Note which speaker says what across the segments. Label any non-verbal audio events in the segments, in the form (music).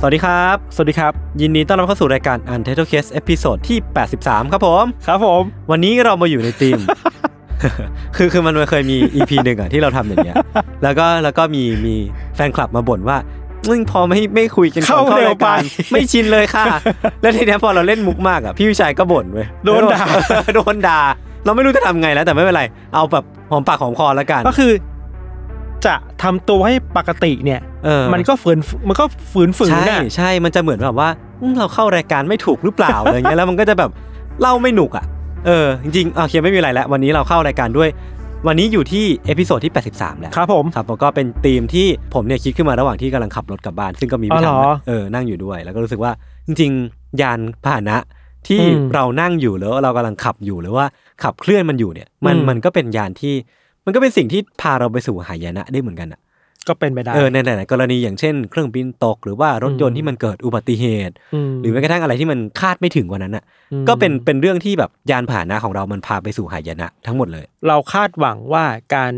Speaker 1: สวัสดีครับ สวัสดีครับ ยินดีต้อนรับเข้าสู่รายการ Untitled Case ตอนที่ 83 ครับผม
Speaker 2: ครับผม
Speaker 1: วันนี้เรามาอยู่ในทีม (laughs) คือคือมันเคยมี EP หนึ่งอะที่เราทำอย่างเงี้ย (laughs) แล้วก็แล้วก็มีมีแฟนคลับมาบ่นว่ามึงพอไม่ไม่คุยกันก่อน
Speaker 2: เข้าเร็วไป
Speaker 1: ข้ารายการไม่ชินเลย
Speaker 2: (laughs)
Speaker 1: ค่ะ แล้วทีเนี้ยพอเราเล่นมุกมากอะพี่วิชัยก็บ่นเว้ย
Speaker 2: โดนด่า
Speaker 1: โดน (laughs) ด่า เราไม่รู้จะทำไงแล้วแต่ไม่เป็นไร เอาแบบหอมปากหอมคอแล้วกัน
Speaker 2: ก็คือ จะทำตัวให้ปกติเนี่ย
Speaker 1: เออ
Speaker 2: มันก็ฝืนมันก็ฝืนฝืน
Speaker 1: ใช่
Speaker 2: น่ะ
Speaker 1: ใช่มันจะเหมือนแบบว่าอืมเราเข้ารายการไม่ถูกหรือเปล่าอะไรเงี้ย
Speaker 2: (laughs)
Speaker 1: แล้วมันก็จะแบบเล่าไม่หนุกอะเออจริงๆอ่ะโอเคไม่มีอะไรแล้ววันนี้เราเข้ารายการด้วย วันนี้อยู่ที่เอพิโซดที่ 83 แล้ว
Speaker 2: ครับผม
Speaker 1: ครับแล้วก็เป็นธีมที่ผมเนี่ยคิดขึ้นมาระหว่างที่กำลังขับรถกลับบ้าน ซึ่งก็มี
Speaker 2: อ๋
Speaker 1: พี่
Speaker 2: อ
Speaker 1: ถัง
Speaker 2: เหรอ
Speaker 1: เออนั่งอยู่ด้วย แล้วก็รู้สึกว่าจริงๆ ยานพาหนะที่
Speaker 2: อืม
Speaker 1: เรานั่งอยู่แล้วาเรากำลังขับอยู่หรือว่าขับเคลื่อนมันอยู่เนี่ยมัน
Speaker 2: อืม
Speaker 1: มันก็เป็นยานที่มันก็เป็นสิ่งที่พาเราไปสู่หายนะได้เหมือนกันอะ
Speaker 2: ก็เป็นไปได้
Speaker 1: เออในหลายๆกรณีอย่างเช่น เครื่องบินตก หรือว่ารถยน
Speaker 2: อื
Speaker 1: ต์
Speaker 2: ม
Speaker 1: ที่มันเกิดอุบัติเหตุ
Speaker 2: ม
Speaker 1: หรือแม้กระทั่งอะไรที่มันคาดไม่ถึงกว่านั้นอะ
Speaker 2: ม
Speaker 1: ก็เป็นเป็นเรื่องที่แบบยานพาหนะของเรามันพาไปสู่หายนะทั้งหมดเลย
Speaker 2: เราคาดหวังว่าการ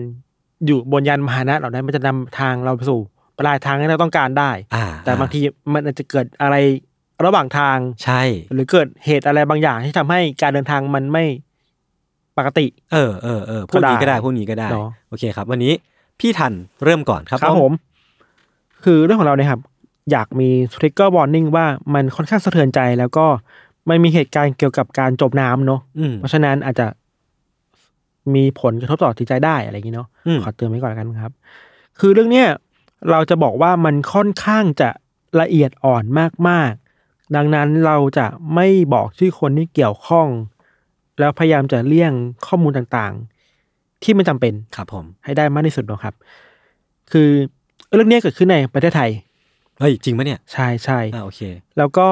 Speaker 2: อยู่บนยานมหานะเหล่านั้นมันจะนำทางเราไปสู่ปลายทางที่เราต้องการได้
Speaker 1: อ่า
Speaker 2: แต่บางทีมันอาจจะเกิดอะไรระหว่างทาง
Speaker 1: ใช่
Speaker 2: หรือเกิดเหตุอะไรบางอย่างที่ทำให้การเดินทางมันไม่ปกติ
Speaker 1: เออเออเออพูดนี้ก็ได้พูดนี้ก็ได้
Speaker 2: เนอะ
Speaker 1: โอเคครับ วันนี้พี่ทันเริ่มก่อนครับ
Speaker 2: ครับผม คือเรื่องของเราเนี่ยครับ อยากมีทริกเกอร์วอร์นิ่งว่ามันค่อนข้างสะเทือนใจแล้วก็มันมีเหตุการณ์เกี่ยวกับการจมน้ำเนาะ
Speaker 1: อืม
Speaker 2: เพราะฉะนั้นอาจจะมีผลกระทบต่อจิตใจได้อะไรอย่างนี้เนาะ
Speaker 1: อืม
Speaker 2: ขอเตือนไว้ก่อนแล้วกันครับ คือเรื่องเนี้ยเราจะบอกว่ามันค่อนข้างจะละเอียดอ่อนมากๆ ดังนั้นเราจะไม่บอกชื่อคนที่เกี่ยวข้อง แล้วพยายามจะเลี่ยงข้อมูลต่างๆ ที่ไม่จำเป็น
Speaker 1: ครับผม
Speaker 2: ให้ได้มากที่สุดเนอะครับ คือเรื่องเนี้ยเกิดขึ้นในประเทศไทย
Speaker 1: เฮ้ยจริงปะเนี่ย
Speaker 2: ใช่ใช่
Speaker 1: อ่าโอเค
Speaker 2: แล้วก็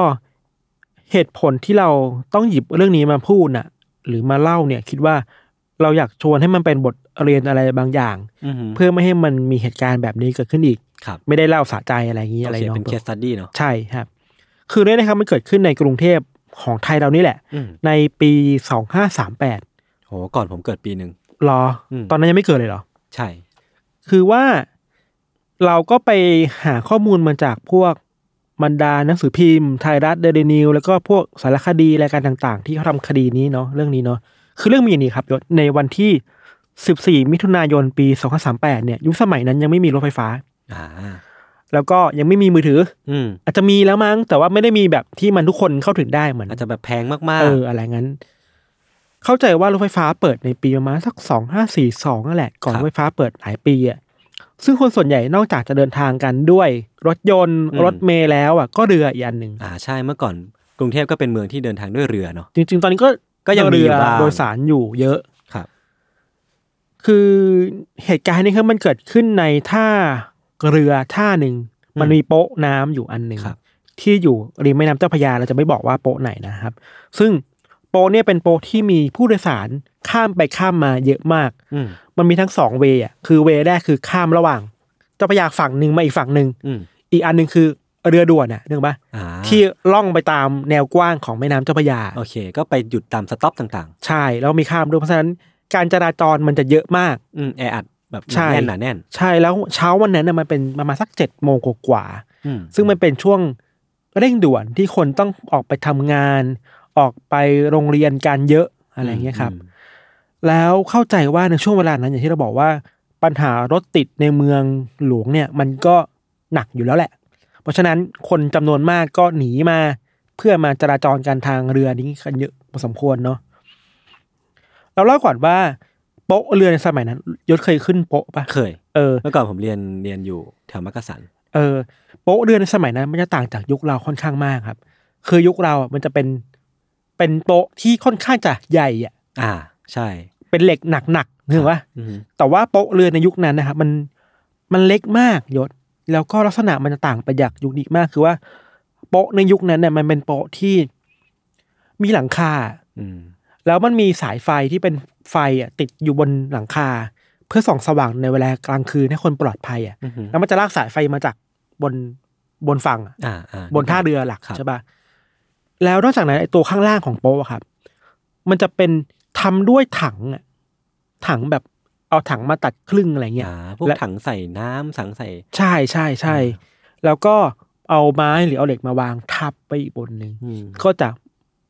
Speaker 2: เหตุผลที่เราต้องหยิบเรื่องนี้มาพูดน่ะ หรือมาเล่าเนี่ยคิดว่าเราอยากชวนให้มันเป็นบทเรียนอะไรบางอย่าง
Speaker 1: อือหือ
Speaker 2: เพื่อไม่ให้มันมีเหตุการณ์แบบนี้เกิดขึ้นอีก
Speaker 1: ครับ
Speaker 2: ไม่ได้เล่าสะใจอะไรอย่างนี้
Speaker 1: โอ
Speaker 2: อะไร
Speaker 1: เค
Speaker 2: เนาะ
Speaker 1: เป็นเคสตัดดี้เนาะ
Speaker 2: ใช่ครับ คือเรื่องนี้ครับมันเกิดขึ้นในกรุงเทพของไทยเรานี่แหละ
Speaker 1: อืม
Speaker 2: ในปีสองห้าสามแปด
Speaker 1: โหก่อนผมเกิดปีหนึ่ง
Speaker 2: รออ
Speaker 1: ม
Speaker 2: ตอนนั้นยังไม่เกิดเลยเหรอ
Speaker 1: ใช่
Speaker 2: คือว่าเราก็ไปหาข้อมูลมาจากพวกบรรดาหนังสือพิมพ์ไทยรัฐเดลินิวแล้วก็พวกสารคดีรายการต่าง ๆ ที่เขาทำคดีนี้เนาะเรื่องนี้เนาะคือเรื่องมีอย่างนี้ครับยศในวันที่ 14 มิถุนายนปี 2038 เนี่ย ยุคสมัยนั้นยังไม่มีรถไฟฟ้า
Speaker 1: อ่า
Speaker 2: แล้วก็ยังไม่มีมือถือ
Speaker 1: อืม
Speaker 2: อาจจะมีแล้วมั้ง แต่ว่าไม่ได้มีแบบที่มันทุกคนเข้าถึงได้เหมือน
Speaker 1: อาจจะแบบแพงมาก
Speaker 2: เอออะไรงั้น เข้าใจว่ารถไฟฟ้าเปิดในปีประมาณสักสองห้าสี่สองนั่นแหละ ก่อนรถไฟฟ้าเปิดหลายปีอ่ะซึ่งคนส่วนใหญ่นอกจากจะเดินทางกันด้วย รถยนต์รถเมล์แล้วอ่ะก็เรืออีกอันหนึ่ง
Speaker 1: ๆอ่าใช่เมื่อก่อนกรุงเทพก็เป็นเมืองที่เดินทางด้วยเรือเนาะ
Speaker 2: จริง ๆ ตอนนี้ก็
Speaker 1: ก็ยังมี
Speaker 2: เรื
Speaker 1: อยู่บ้าง
Speaker 2: โดยสารอยู่เยอะ
Speaker 1: ครับ
Speaker 2: คือเหตุการณ์นี้ครับมันเกิดขึ้นในท่าเรือท่าหนึ่ง
Speaker 1: อืม
Speaker 2: มันมีโป๊ะน้ำอยู่อันหนึ่ง
Speaker 1: ครับ
Speaker 2: ที่อยู่ริมแม่น้ำเจ้าพระยาเราจะไม่บอกว่าโป๊ะไหนนะครับ ซึ่งโป๊ะเนี่ยเป็นโป๊ะที่มีผู้โดยสารข้ามไปข้ามมาเยอะมาก
Speaker 1: อืม
Speaker 2: มันมีทั้งสองเวย์อ่ะคือเวย์แรกคือข้ามระหว่างเจ้าพระยาฝั่งหนึ่งมาอีกฝั่งหนึ่ง
Speaker 1: อืม
Speaker 2: อีกอันหนึ่งคือเรือด่วนน่ะนึกปะ
Speaker 1: อ่า
Speaker 2: ที่ล่องไปตามแนวกว้างของแม่น้ำเจ้าพระยา
Speaker 1: โอเค ก็ไปหยุดตามสต็อปต่าง
Speaker 2: ใช่แล้วมีข้ามด้วยเพราะฉะนั้นการจราจรมันจะเยอะมาก
Speaker 1: ๆอืมแออัดแบบห
Speaker 2: ใช่
Speaker 1: นาแน่นหนาแน่น
Speaker 2: ใช่แล้วเช้าวันนั้นน่ะมันเป็นประมาณสักเจ็ดโมงกว่า
Speaker 1: อืม
Speaker 2: ๆซึ่งมันเป็นช่วงเร่งด่วนที่คนต้องออกไปทำงาน ออกไปโรงเรียนกันเยอะอะไรอย่างเงี้ยครับ
Speaker 1: อืม
Speaker 2: แล้วเข้าใจว่าในช่วงเวลานั้นอย่างที่เราบอกว่าปัญหารถติดในเมืองหลวงเนี่ย มันก็หนักอยู่แล้วแหละ เพราะฉะนั้นคนจำนวนมากก็หนีมา เพื่อมาจราจรกันทางเรือนี้กันเยอะพอสมควรเนาะ เราเล่าก่อนว่าโป๊ะเรือในสมัยนั้น ยศเคยขึ้นโป๊ะปะ
Speaker 1: เคย
Speaker 2: เออ
Speaker 1: เมื่อก่อนผมเรียนเรียนอยู่แถวมักกะสัน
Speaker 2: เออโป๊ะเรือในสมัยนั้นมันจะต่างจากยุคเราค่อนข้างมากครับ คือยุคเราอ่ะมันจะเป็นเป็นโป๊ะที่ค่อนข้างจะใหญ่อ่ะ
Speaker 1: อ่า ใช่
Speaker 2: เป็นเหล็กหนักๆนึกว่า
Speaker 1: อืม
Speaker 2: แต่ว่าโป๊ะเรือในยุคนั้นนะครับมันมันเล็กมากยศ แล้วก็ลักษณะมันจะต่างไปจากยุคนี้มากคือว่า โป๊ะในยุคนั้นเนี่ยมันเป็นโป๊ะที่มีหลังคา
Speaker 1: อืม
Speaker 2: แล้วมันมีสายไฟที่เป็นไฟอ่ะติดอยู่บนหลังคา เพื่อส่องสว่างในเวลากลางคืนให้คนปลอดภัยอ่ะ
Speaker 1: อือหือ
Speaker 2: แล้วมันจะลากสายไฟมาจากบนบนฝั่งอะ
Speaker 1: อ่าอ่า
Speaker 2: บนท่าเรือหลัก
Speaker 1: ครับ
Speaker 2: ใช่ปะแล้วนอกจากนั้นไอ้ตัวข้างล่างของโป๊ะอะครับ มันจะเป็นทำด้วยถังอะถังแบบเอาถังมาตัดครึ่งอะไรเงี้ย
Speaker 1: อ่าพวก
Speaker 2: และ
Speaker 1: ถังใส่น้ำถังใส่
Speaker 2: ใช่ใช่ใช่
Speaker 1: อ่
Speaker 2: แล้วก็เอาไม้หรือเอาเหล็กมาวางทับไปอีกบนหนึ่ง
Speaker 1: อืม
Speaker 2: ก็จะ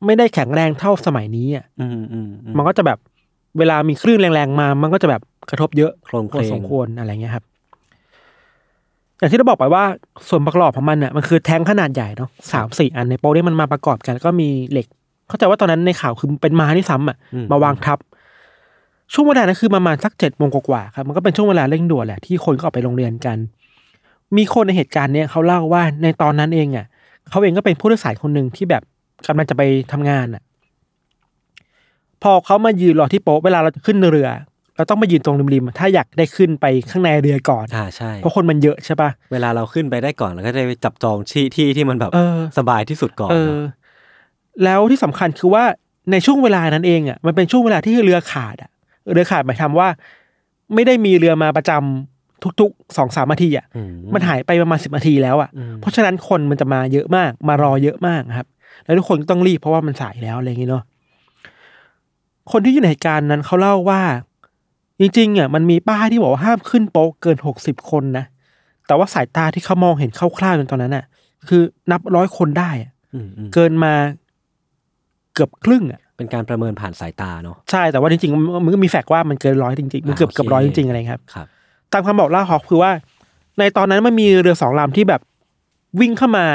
Speaker 2: ไม่ได้แข็งแรงเท่าสมัยนี้อ่ะ
Speaker 1: อืมอืมอื
Speaker 2: มันก็จะแบบเวลามีคลื่นแรงๆมา มันก็จะแบบกระทบเยอะ
Speaker 1: โครง
Speaker 2: พ
Speaker 1: เค
Speaker 2: อ
Speaker 1: ลง
Speaker 2: สมควรอะไรเงี้ยครับ อย่างที่เราบอกไปว่าส่วนประกอบของมันเนี่ยมันคือแท้งขนาดใหญ่เนาะสามสี่อันในโป๊ะเนี่ยมันมาประกอบกันแล้วก็มีเหล็ก เข้าใจว่าตอนนั้นในข่าวคือเป็นไม้ที่ซ้ำอ่ะ
Speaker 1: อื
Speaker 2: มาวางทับ ช่วงเวลานั้นคือประมาณสักเจ็ดโมงกว่าๆครับ มันก็เป็นช่วงเวลาเร่งด่วนแหละที่คนก็ออกไปโรงเรียนกัน มีคนในเหตุการณ์เนี่ยเขาเล่าว่าในตอนนั้นเองอ่ะเขาเองก็เป็นผู้โดยสารคนหนึ่งที่แบบกำลังจะไปทำงานอ่ะ พอเขามายืนรอที่โป๊ะเวลาเราจะขึ้นเรือ เราต้องมายืนตรงริมๆถ้าอยากได้ขึ้นไปข้างในเรือก่อน
Speaker 1: อ่าใช่
Speaker 2: เพราะคนมันเยอะใช่ปะ
Speaker 1: เวลาเราขึ้นไปได้ก่อนเราก็จะไปจับจองที่ที่ที่มันแบบ
Speaker 2: เออ
Speaker 1: สบายที่สุดก่อน
Speaker 2: เออ
Speaker 1: เนอะ
Speaker 2: แล้วที่สำคัญคือว่าในช่วงเวลานั้นเองอ่ะ มันเป็นช่วงเวลาที่เรือขาดอ่ะ เรือขาดหมายความว่า ไม่ได้มีเรือมาประจำทุกๆสองสามนาทีอ่ะ
Speaker 1: อื
Speaker 2: มันหายไปประมาณสิบนาทีแล้วอ่ะ
Speaker 1: อืม
Speaker 2: เพราะฉะนั้นคนมันจะมาเยอะมาก มารอเยอะมากนะครับ แล้วทุกคนก็ต้องรีบเพราะว่ามันสายแล้วอะไรอย่างงี้เนาะคนที่อยู่ในเหตุการณ์นั้นเขาเล่าว่า จริงๆอ่ะมันมีป้ายที่บอกว่าห้ามขึ้นโป๊ะเกินหกสิบคนนะแต่ว่าสายตาที่เขามองเห็นคร่าวๆในตอนนั้นอ่ะ คือนับร้อยคนได้อะ
Speaker 1: อืมอืม
Speaker 2: เกินมาเกือบครึ่งอ่ะ
Speaker 1: เป็นการประเมินผ่านสายตาเนาะ
Speaker 2: ใช่แต่ว่าจริงๆมันก็มีแฟกต์ว่ามันเกินร้อยจริงๆมันเกือบ
Speaker 1: อ่าโอเค
Speaker 2: เกือบร้อยจริงๆอะไรครับ
Speaker 1: ครับ
Speaker 2: ตามคำบอกเล่าฮอกคือว่า ในตอนนั้นมันมีเรือสองลำที่แบบวิ่งเข้ามา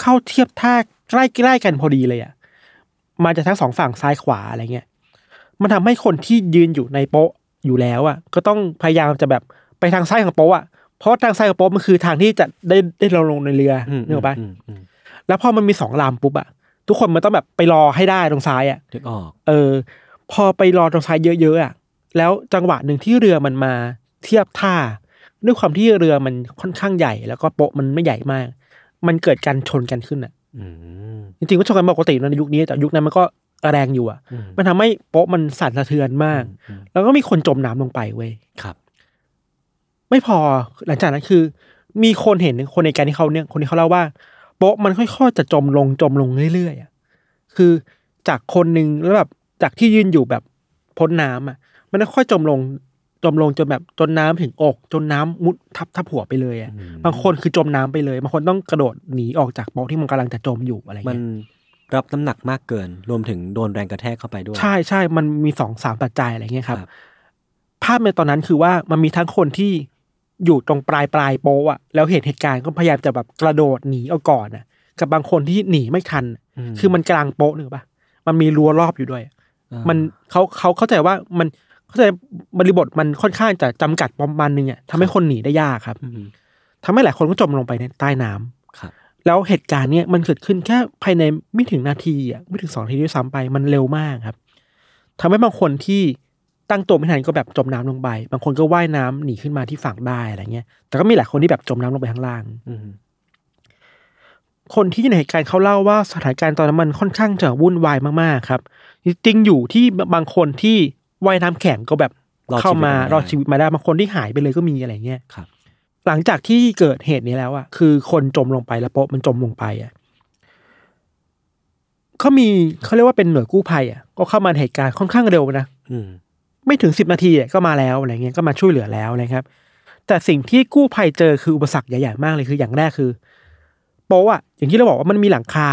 Speaker 2: เข้าเทียบท่าใกล้ใกล้ๆกันพอดีเลยอะ่ะมาจากทั้งสองฝั่งซ้ายขวาอะไรเงี้ยมันทำให้คนที่ยืนอยู่ในโป๊ะอยู่แล้วอะ่ะ ก็ต้องพยายามจะแบบไปทางซ้ายของโป๊ะอะ่ะเพราะทางซ้ายของโป๊ะมันคือทางที่จะได้ได้ลงลงในเรือ
Speaker 1: อืม
Speaker 2: นึกออกปะ
Speaker 1: อืมอืม
Speaker 2: แล้วพอมันมีสองลำปุ๊บอะ่ะทุกคนมันต้องแบบไปรอให้ได้ตรงซ้ายอ่ะ
Speaker 1: นึกออก
Speaker 2: เออ พอไปรอตรงซ้ายเยอะๆอ่ะ แล้วจังหวะหนึ่งที่เรือมันมาเทียบท่า ด้วยความที่เรือมันค่อนข้างใหญ่ แล้วก็โป๊ะมันไม่ใหญ่มาก มันเกิดการชนกันขึ้นอ่ะ
Speaker 1: อืม
Speaker 2: จริงๆก็ชนกันปกตินะในยุคนี้แต่ยุคนั้นมันก็แรงอยู่อ่ะ
Speaker 1: อืม
Speaker 2: มันทำให้โป๊ะมันสั่นสะเทือนมาก
Speaker 1: อืม
Speaker 2: แล้วก็มีคนจมน้ำลงไปเว้ย
Speaker 1: ครับ
Speaker 2: ไม่พอหลังจากนั้นคือ มีคนเห็นคนในการที่เขาเนี่ยคนที่เขาเล่าว่าโป๊ะมันค่อยๆจะจมลงจมลงเรื่อยๆอ่ะคือจากคนหนึ่งแล้วแบบจากที่ยืนอยู่แบบพ้นน้ำอ่ะ มันค่อยๆจมลงจมลงจนแบบจนน้ำถึงอก จนน้ำมุดทับทับหัวไปเลยอ่ะ
Speaker 1: อืม
Speaker 2: บางคนคือจมน้ำไปเลยบางคนต้องกระโดดหนีออกจากโป๊ะที่มันกำลังจะจมอยู่อะไร
Speaker 1: มัน
Speaker 2: เงี้ย
Speaker 1: รับน้ำหนักมากเกิน รวมถึงโดนแรงกระแทกเข้าไปด้วย
Speaker 2: ใช่ใช่มันมีสองสามปัจจัยอะไรเงี้ยครับ
Speaker 1: ครับ
Speaker 2: ภาพในตอนนั้นคือว่ามันมีทั้งคนที่อยู่ตรงปลายปลายโป๊ะอะแล้วเห็นเหตุการณ์ก็พยายามจะแบบกระโดดหนีเอาก่อนอะกับบางคนที่หนีไม่ทันอะคือมันกลางโป๊ะนึกออกปะมันมีรั้วรอบอยู่ด้วยอะ
Speaker 1: อ่า
Speaker 2: มันเขาเขาเข้าใจว่ามันเข้าใจบริบทมันค่อนข้างจะจำกัดประมาณนึงอะทำให้คนหนีได้ยากครับ
Speaker 1: อืม
Speaker 2: ทำให้หลายคนก็จมลงไปในใต้น้ำ
Speaker 1: ครับ
Speaker 2: แล้วเหตุการณ์เนี่ยมันเกิดขึ้นแค่ภายในไม่ถึงนาทีอะไม่ถึงสองนาทีด้วยซ้ำไปมันเร็วมากครับทำให้บางคนที่ตั้งตัวไม่ทันก็แบบจมน้ำลงไป บางคนก็ว่ายน้ำหนีขึ้นมาที่ฝั่งได้อะไรเงี้ย แต่ก็มีหลายคนที่แบบจมน้ำลงไปข้างล่าง
Speaker 1: อืม
Speaker 2: คนที่อยู่ในเหตุการณ์เขาเล่าว่าสถานการณ์ตอนนั้นมันค่อนข้างจะวุ่นวายมากๆครับ จริงๆอยู่ที่บางคนที่ว่ายน้ำแข็งก็แบบ
Speaker 1: อด
Speaker 2: เข้ามา
Speaker 1: ชีวิต
Speaker 2: รอดชีวิตมาได้บางคนที่หายไปเลยก็มีอะไรเงี้ย
Speaker 1: ครับ
Speaker 2: หลังจากที่เกิดเหตุนี้แล้วอะคือคนจมลงไปแล้วโป๊ะมันจมลงไปอะเขามีเขาเรียกว่าเป็นหน่วยกู้ภัยอะก็เข้ามาในเหตุการณ์ค่อนข้างเร็วนะ
Speaker 1: อืม
Speaker 2: ไม่ถึงสิบนาทีอะก็มาแล้วอะไรเงี้ยก็มาช่วยเหลือแล้วนะครับ แต่สิ่งที่กู้ภัยเจอคืออุปสรรคใหญ่ๆมากเลยคืออย่างแรกคือ โป๊ะอะอย่างที่เราบอกว่ามันมีหลังคา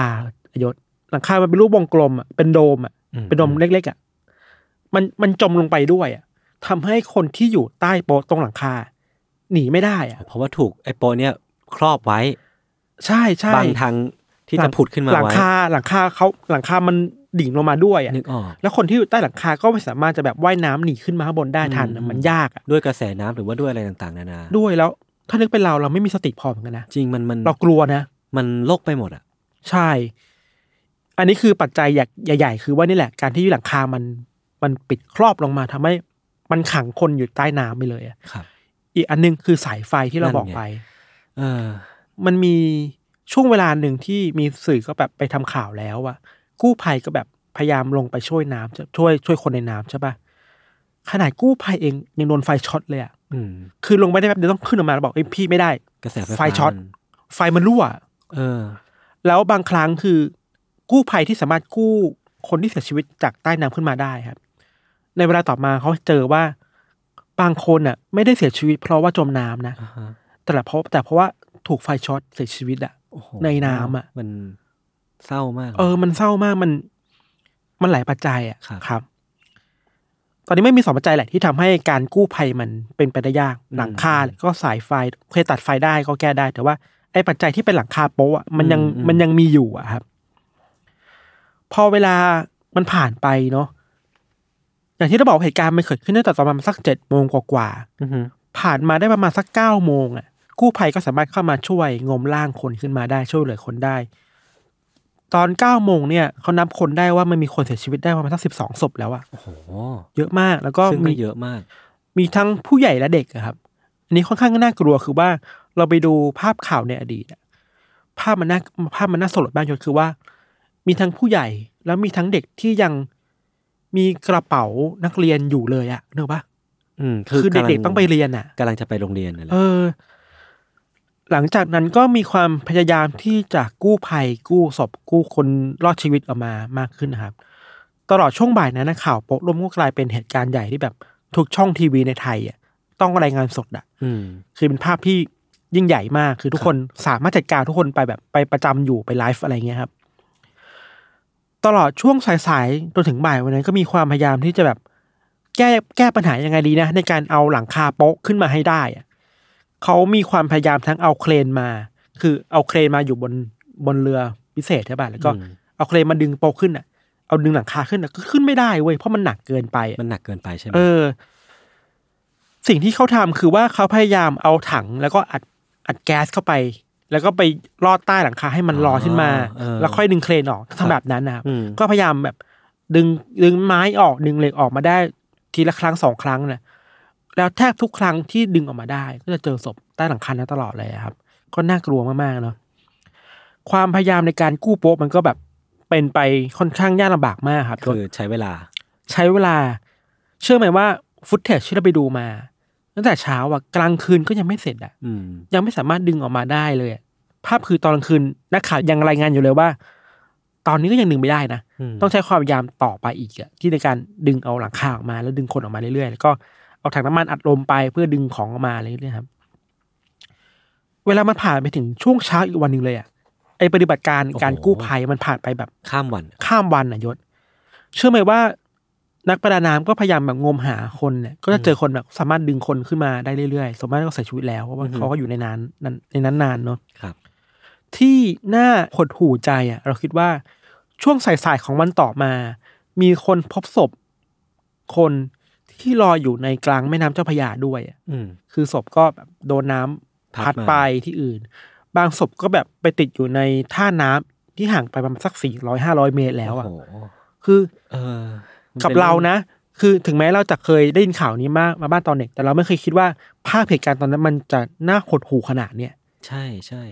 Speaker 2: อายศหลังคามันเป็นรูปวงกลมอะเป็นโดมอะ
Speaker 1: อื
Speaker 2: เป็นดมเล็กๆอ่ะ มันมันจมลงไปด้วยอ่ะทำให้คนที่อยู่ใต้โป๊ะตรงหลังคา หนีไม่ได้อ่ะ
Speaker 1: เพราะว่าถูกไอโปเนี่ยครอบไว้
Speaker 2: ใช่ใช่
Speaker 1: บางทางที่จะผุดขึ้นมา
Speaker 2: หลัง
Speaker 1: ไว้
Speaker 2: คาหลังคาเขาหลังคามัน ดิ่งลงมาด้วยอะ
Speaker 1: นึกออก
Speaker 2: แล้วคนที่อยู่ใต้หลังคาก็ไม่สามารถจะแบบว่ายน้ำหนีขึ้นมาข้างบนได้ทันอะ
Speaker 1: อืม
Speaker 2: มันยากอะ
Speaker 1: ด้วยกระแสน้ำหรือว่าด้วยอะไรต่างๆนานา
Speaker 2: ด้วยแล้ว ถ้านึกเป็นเราเราไม่มีสติพอเหมือนกันนะ
Speaker 1: จริงมันมัน
Speaker 2: เรากลัวนะ
Speaker 1: มันโลกไปหมดอ่ะ
Speaker 2: ใช่ อันนี้คือปัจจัยอยากใหญ่ๆ คือว่านี่แหละ การที่หลังคามันมันปิดครอบลงมาทำให้มันขังคนอยู่ใต้น้ำไปเลยอะ
Speaker 1: ครับ
Speaker 2: อีกอันหนึงคือสายไฟที่เราบอกไป
Speaker 1: เออ
Speaker 2: มันมีช่วงเวลาหนึ่งที่มีสื่อก็แบบไปทำข่าวแล้วอะกู้ภัยก็แบบพยายามลงไปช่วยน้ำจะช่วยช่วยคนในน้ำใช่ปะขนาดกู้ภัยเองยังโดนไฟช็อตเลยอะ
Speaker 1: อืม
Speaker 2: คือลงไปได้แป๊บเดียวต้องขึ้นออกมาแล้วบอกเอ้ยพี่ไม่ได้
Speaker 1: กระแสไฟ
Speaker 2: ไฟ
Speaker 1: ฟ้า
Speaker 2: ช็อต
Speaker 1: มัน
Speaker 2: ไฟมันรั่ว
Speaker 1: เออ
Speaker 2: แล้วบางครั้งคือ กู้ภัยที่สามารถกู้คนที่เสียชีวิตจากใต้น้ำขึ้นมาได้ครับ ในเวลาต่อมาเขาเจอว่าบางคนอ่ะ ไม่ได้เสียชีวิตเพราะว่าจมน้ำนะ
Speaker 1: อ่าฮะ
Speaker 2: แต่ละเพราะแต่เพราะว่าถูกไฟช็อตเสียชีวิตอ่ะ
Speaker 1: โอ้โห
Speaker 2: ในน้ำอะ
Speaker 1: มันเศร้ามาก
Speaker 2: เออ มันเศร้ามากมัน มันหลายปัจจัยอ่ะ
Speaker 1: ครับ
Speaker 2: ครับ ตอนนี้ไม่มีสองปัจจัยแหละที่ทำให้การกู้ภัยมันเป็นไปได้ยากหลังคาก็สายไฟเคยตัดไฟได้ก็แก้ได้ แต่ว่าไอ้ปัจจัยที่เป็นหลังคาโป๊ะอะมันยังมันยังมีอยู่อะครับ พอเวลามันผ่านไปเนาะอย่างที่เราบอกเหตุการณ์มันเกิดขึ้นตั้งแต่ประมาณสักเจ็ดโมงกว่า
Speaker 1: อือฮึ
Speaker 2: ๆผ่านมาได้ประมาณสักเก้าโมงอ่ะ กู้ภัยก็สามารถเข้ามาช่วยงมร่างคนขึ้นมาได้ช่วยเหลือคนได้ ตอนเก้าโมงเนี่ยเขานับคนได้ว่ามันมีคนเสียชีวิตได้ประมาณสักสิบสองศพแล้วอะ
Speaker 1: โอ้โห
Speaker 2: เยอะมากแล้วก็
Speaker 1: ซึ่ง
Speaker 2: มี
Speaker 1: ก็เยอะมาก
Speaker 2: มีทั้งผู้ใหญ่และเด็กอะครับ อันนี้ค่อนข้างน่ากลัวคือว่าเราไปดูภาพข่าวในอดีตอะภาพมันน่าภาพมันน่าสลดมากยศคือว่า มีทั้งผู้ใหญ่แล้วมีทั้งเด็กที่ยังมีกระเป๋านักเรียนอยู่เลยอะนึกปะ
Speaker 1: อืม
Speaker 2: คือ
Speaker 1: ำลั
Speaker 2: เด็กๆต้องไปเรียนอะ
Speaker 1: กำลังจะไปโรงเรียนนั่นแหละ
Speaker 2: เออ หลังจากนั้นก็มีความพยายามที่จะกู้ภัยกู้ศพกู้คนรอดชีวิตออกมามากขึ้นนะครับ ตลอดช่วงบ่ายนั้นนะข่าวโป๊ะร่วมก็กลายเป็นเหตุการณ์ใหญ่ที่แบบทุกช่องทีวีในไทยอะต้องรายงานสดอะ
Speaker 1: อืม
Speaker 2: คือเป็นภาพที่ยิ่งใหญ่มาก คือทุกคนสามารถจัดการทุกคนไปแบบไปประจำอยู่ไปไลฟ์อะไรเงี้ยครับ ตลอดช่วงสายๆจนถึงบ่ายวันนั้นก็มีความพยายามที่จะแบบ แก้แก้ปัญหายังไงดีนะ ในการเอาหลังคาโป๊ะขึ้นมาให้ได้อะเขามีความพยายามทั้งเอาเครนมา คือเอาเครนมาอยู่บนบนเรือพิเศษใช่ป่ะแล้วก็
Speaker 1: อืม
Speaker 2: เอาเครนมาดึงโป๊ะขึ้นอ่ะ เอาดึงหลังคาขึ้นอ่ะก็ขึ้นไม่ได้เว้ยเพราะมันหนักเกินไปอะ
Speaker 1: มันหนักเกินไปใช่ไหม
Speaker 2: เออ สิ่งที่เขาทำคือว่าเขาพยายามเอาถังแล้วก็อัดอัดแก๊สเข้าไป แล้วก็ไปลอดใต้หลังคาให้มันลอยขึ้นมา แล้วค่อยดึงเครนออกทำแบบนั้นนะครับ
Speaker 1: ม
Speaker 2: ก็พยายามแบบดึงดึงไม้ออกดึงเหล็กออกมาได้ทีละครั้งสองครั้งนะแล้วแทบทุกครั้งที่ดึงออกมาได้ ก็จะเจอศพใต้หลังคานั้นตลอดเลยอะครับ ก็น่ากลัวมากๆเนาะความพยายามในการกู้โป๊ะมันก็แบบเป็นไปค่อนข้างยากลำบากมากครับ
Speaker 1: คือใช้เวลา
Speaker 2: ใช้เวลา เชื่อไหมว่าฟุตเทจที่เราไปดูมาตั้งแต่เช้าอะกลางคืนก็ยังไม่เสร็จอะ
Speaker 1: อืม
Speaker 2: ยังไม่สามารถดึงออกมาได้เลยอะภาพคือตอนกลางคืนนักข่าวยังรายงานอยู่เลยว่า ตอนนี้ก็ยังดึงไม่ได้นะ
Speaker 1: ม
Speaker 2: ต้องใช้ความพยายามต่อไปอีกอะที่ในการดึงเอาหลังคาออกมา แล้วดึงคนออกมาเรื่อยๆแล้วก็เอาถังน้ำมันอัดลมไปเพื่อดึงของออกมาเรื่อยๆครับ เวลามันผ่านไปถึงช่วงเช้าอีกวันหนึ่งเลยอะไอปฏิบัติการการ
Speaker 1: โอ้โห
Speaker 2: กู้ภัยมันผ่านไปแบบ
Speaker 1: ข้ามวัน
Speaker 2: ข้ามวันน่ะยศ เชื่อไหมว่า นักประดาน้ำก็พยายามแบบงมหาคนเนี่ย ก็จะเจอคนแบบสามารถดึงคนขึ้นมาได้เรื่อยๆสมมติก็เสียชีวิตแล้วเพราะว่า
Speaker 1: อือฮึ
Speaker 2: เขาก็อยู่ในนั้นนั้นในนั้นนานเนาะ
Speaker 1: ครับ
Speaker 2: ที่น่าหดหู่ใจอ่ะ เราคิดว่าช่วงสายๆของวันต่อมา มีคนพบศพคนที่ลอยอยู่ในกลางแม่น้ำเจ้าพระยาด้วยอะ
Speaker 1: อืม
Speaker 2: คือศพก็แบบโดนน้ำ
Speaker 1: พั
Speaker 2: พัด
Speaker 1: ดมา
Speaker 2: ไปที่อื่น บางศพก็แบบไปติดอยู่ในท่าน้ำที่ห่างไปประมาณสักสี่ร้อยห้าร้อยเมตรแล้วอ่ะ
Speaker 1: โอ้โห
Speaker 2: คือ
Speaker 1: เออมัน
Speaker 2: กับ
Speaker 1: ป็
Speaker 2: เรานะ คือถึงแม้เราจะเคยได้ยินข่าวนี้มามาบ้างตอนเด็ก แต่เราไม่เคยคิดว่าภาพเหตุการณ์ตอนนั้นมันจะน่าหดหู่ขนาดเนี้ย
Speaker 1: ใช่ใช่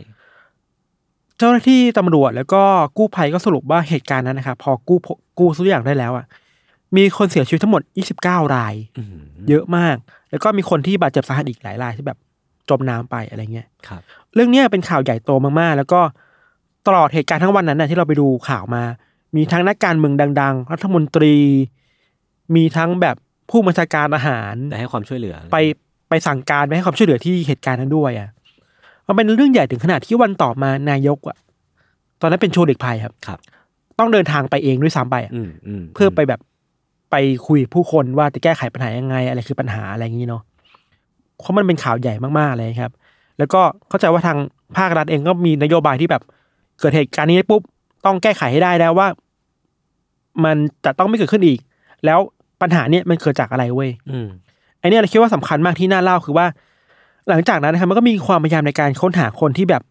Speaker 2: เจ้าหน้าที่ตำรวจแล้วก็กู้ภัยก็สรุปว่าเหตุการณ์นั้นนะครับพอกู้พกู้ทุกอย่างได้แล้วอ่ะมีคนเสียชีวิตทั้งหมด 29 ราย
Speaker 1: อืม
Speaker 2: เยอะมาก แล้วก็มีคนที่บาดเจ็บสาหัสอีกหลายรายที่แบบจมน้ำไปอะไรเงี้ย
Speaker 1: ครับ
Speaker 2: เรื่องเนี้ยเป็นข่าวใหญ่โตมากๆ แล้วก็ตลอดเหตุการณ์ทั้งวันนั้นนะที่เราไปดูข่าวมา มีทั้งนักการเมืองดัง ๆ รัฐมนตรี มีทั้งแบบผู้บัญชาการอาหาร
Speaker 1: ได้ให้ความช่วยเหลือ
Speaker 2: ไปไปสั่งการไปให้ความช่วยเหลือที่เหตุการณ์นั้นด้วยอ่ะมันเป็นเรื่องใหญ่ถึงขนาดที่วันต่อมานายกอ่ะตอนนั้นเป็นโชว์เด็กภัยครับ
Speaker 1: ครับ
Speaker 2: ต้องเดินทางไปเองด้วยซ้ำไปอะ
Speaker 1: อืมอืม
Speaker 2: เพื่อไปแบบไปคุยกับผู้คนว่าจะแก้ไขปัญหายังไง อะไรคือปัญหาอะไรอย่างนี้เนาะ เพราะมันเป็นข่าวใหญ่มากๆเลยครับ แล้วก็เข้าใจว่าทางภาครัฐเองก็มีนโยบายที่แบบ เกิดเหตุการณ์นี้ปุ๊บต้องแก้ไขให้ได้นะว่า มันจะต้องไม่เกิดขึ้นอีก แล้วปัญหาเนี่ยมันเกิดจากอะไรเว้ย
Speaker 1: อืม
Speaker 2: ไอเนี้ยเราคิดว่าสำคัญมากที่น่าเล่าคือว่า หลังจากนั้นนะครับมันก็มีความพยายามในการค้นหาคนที่แบบ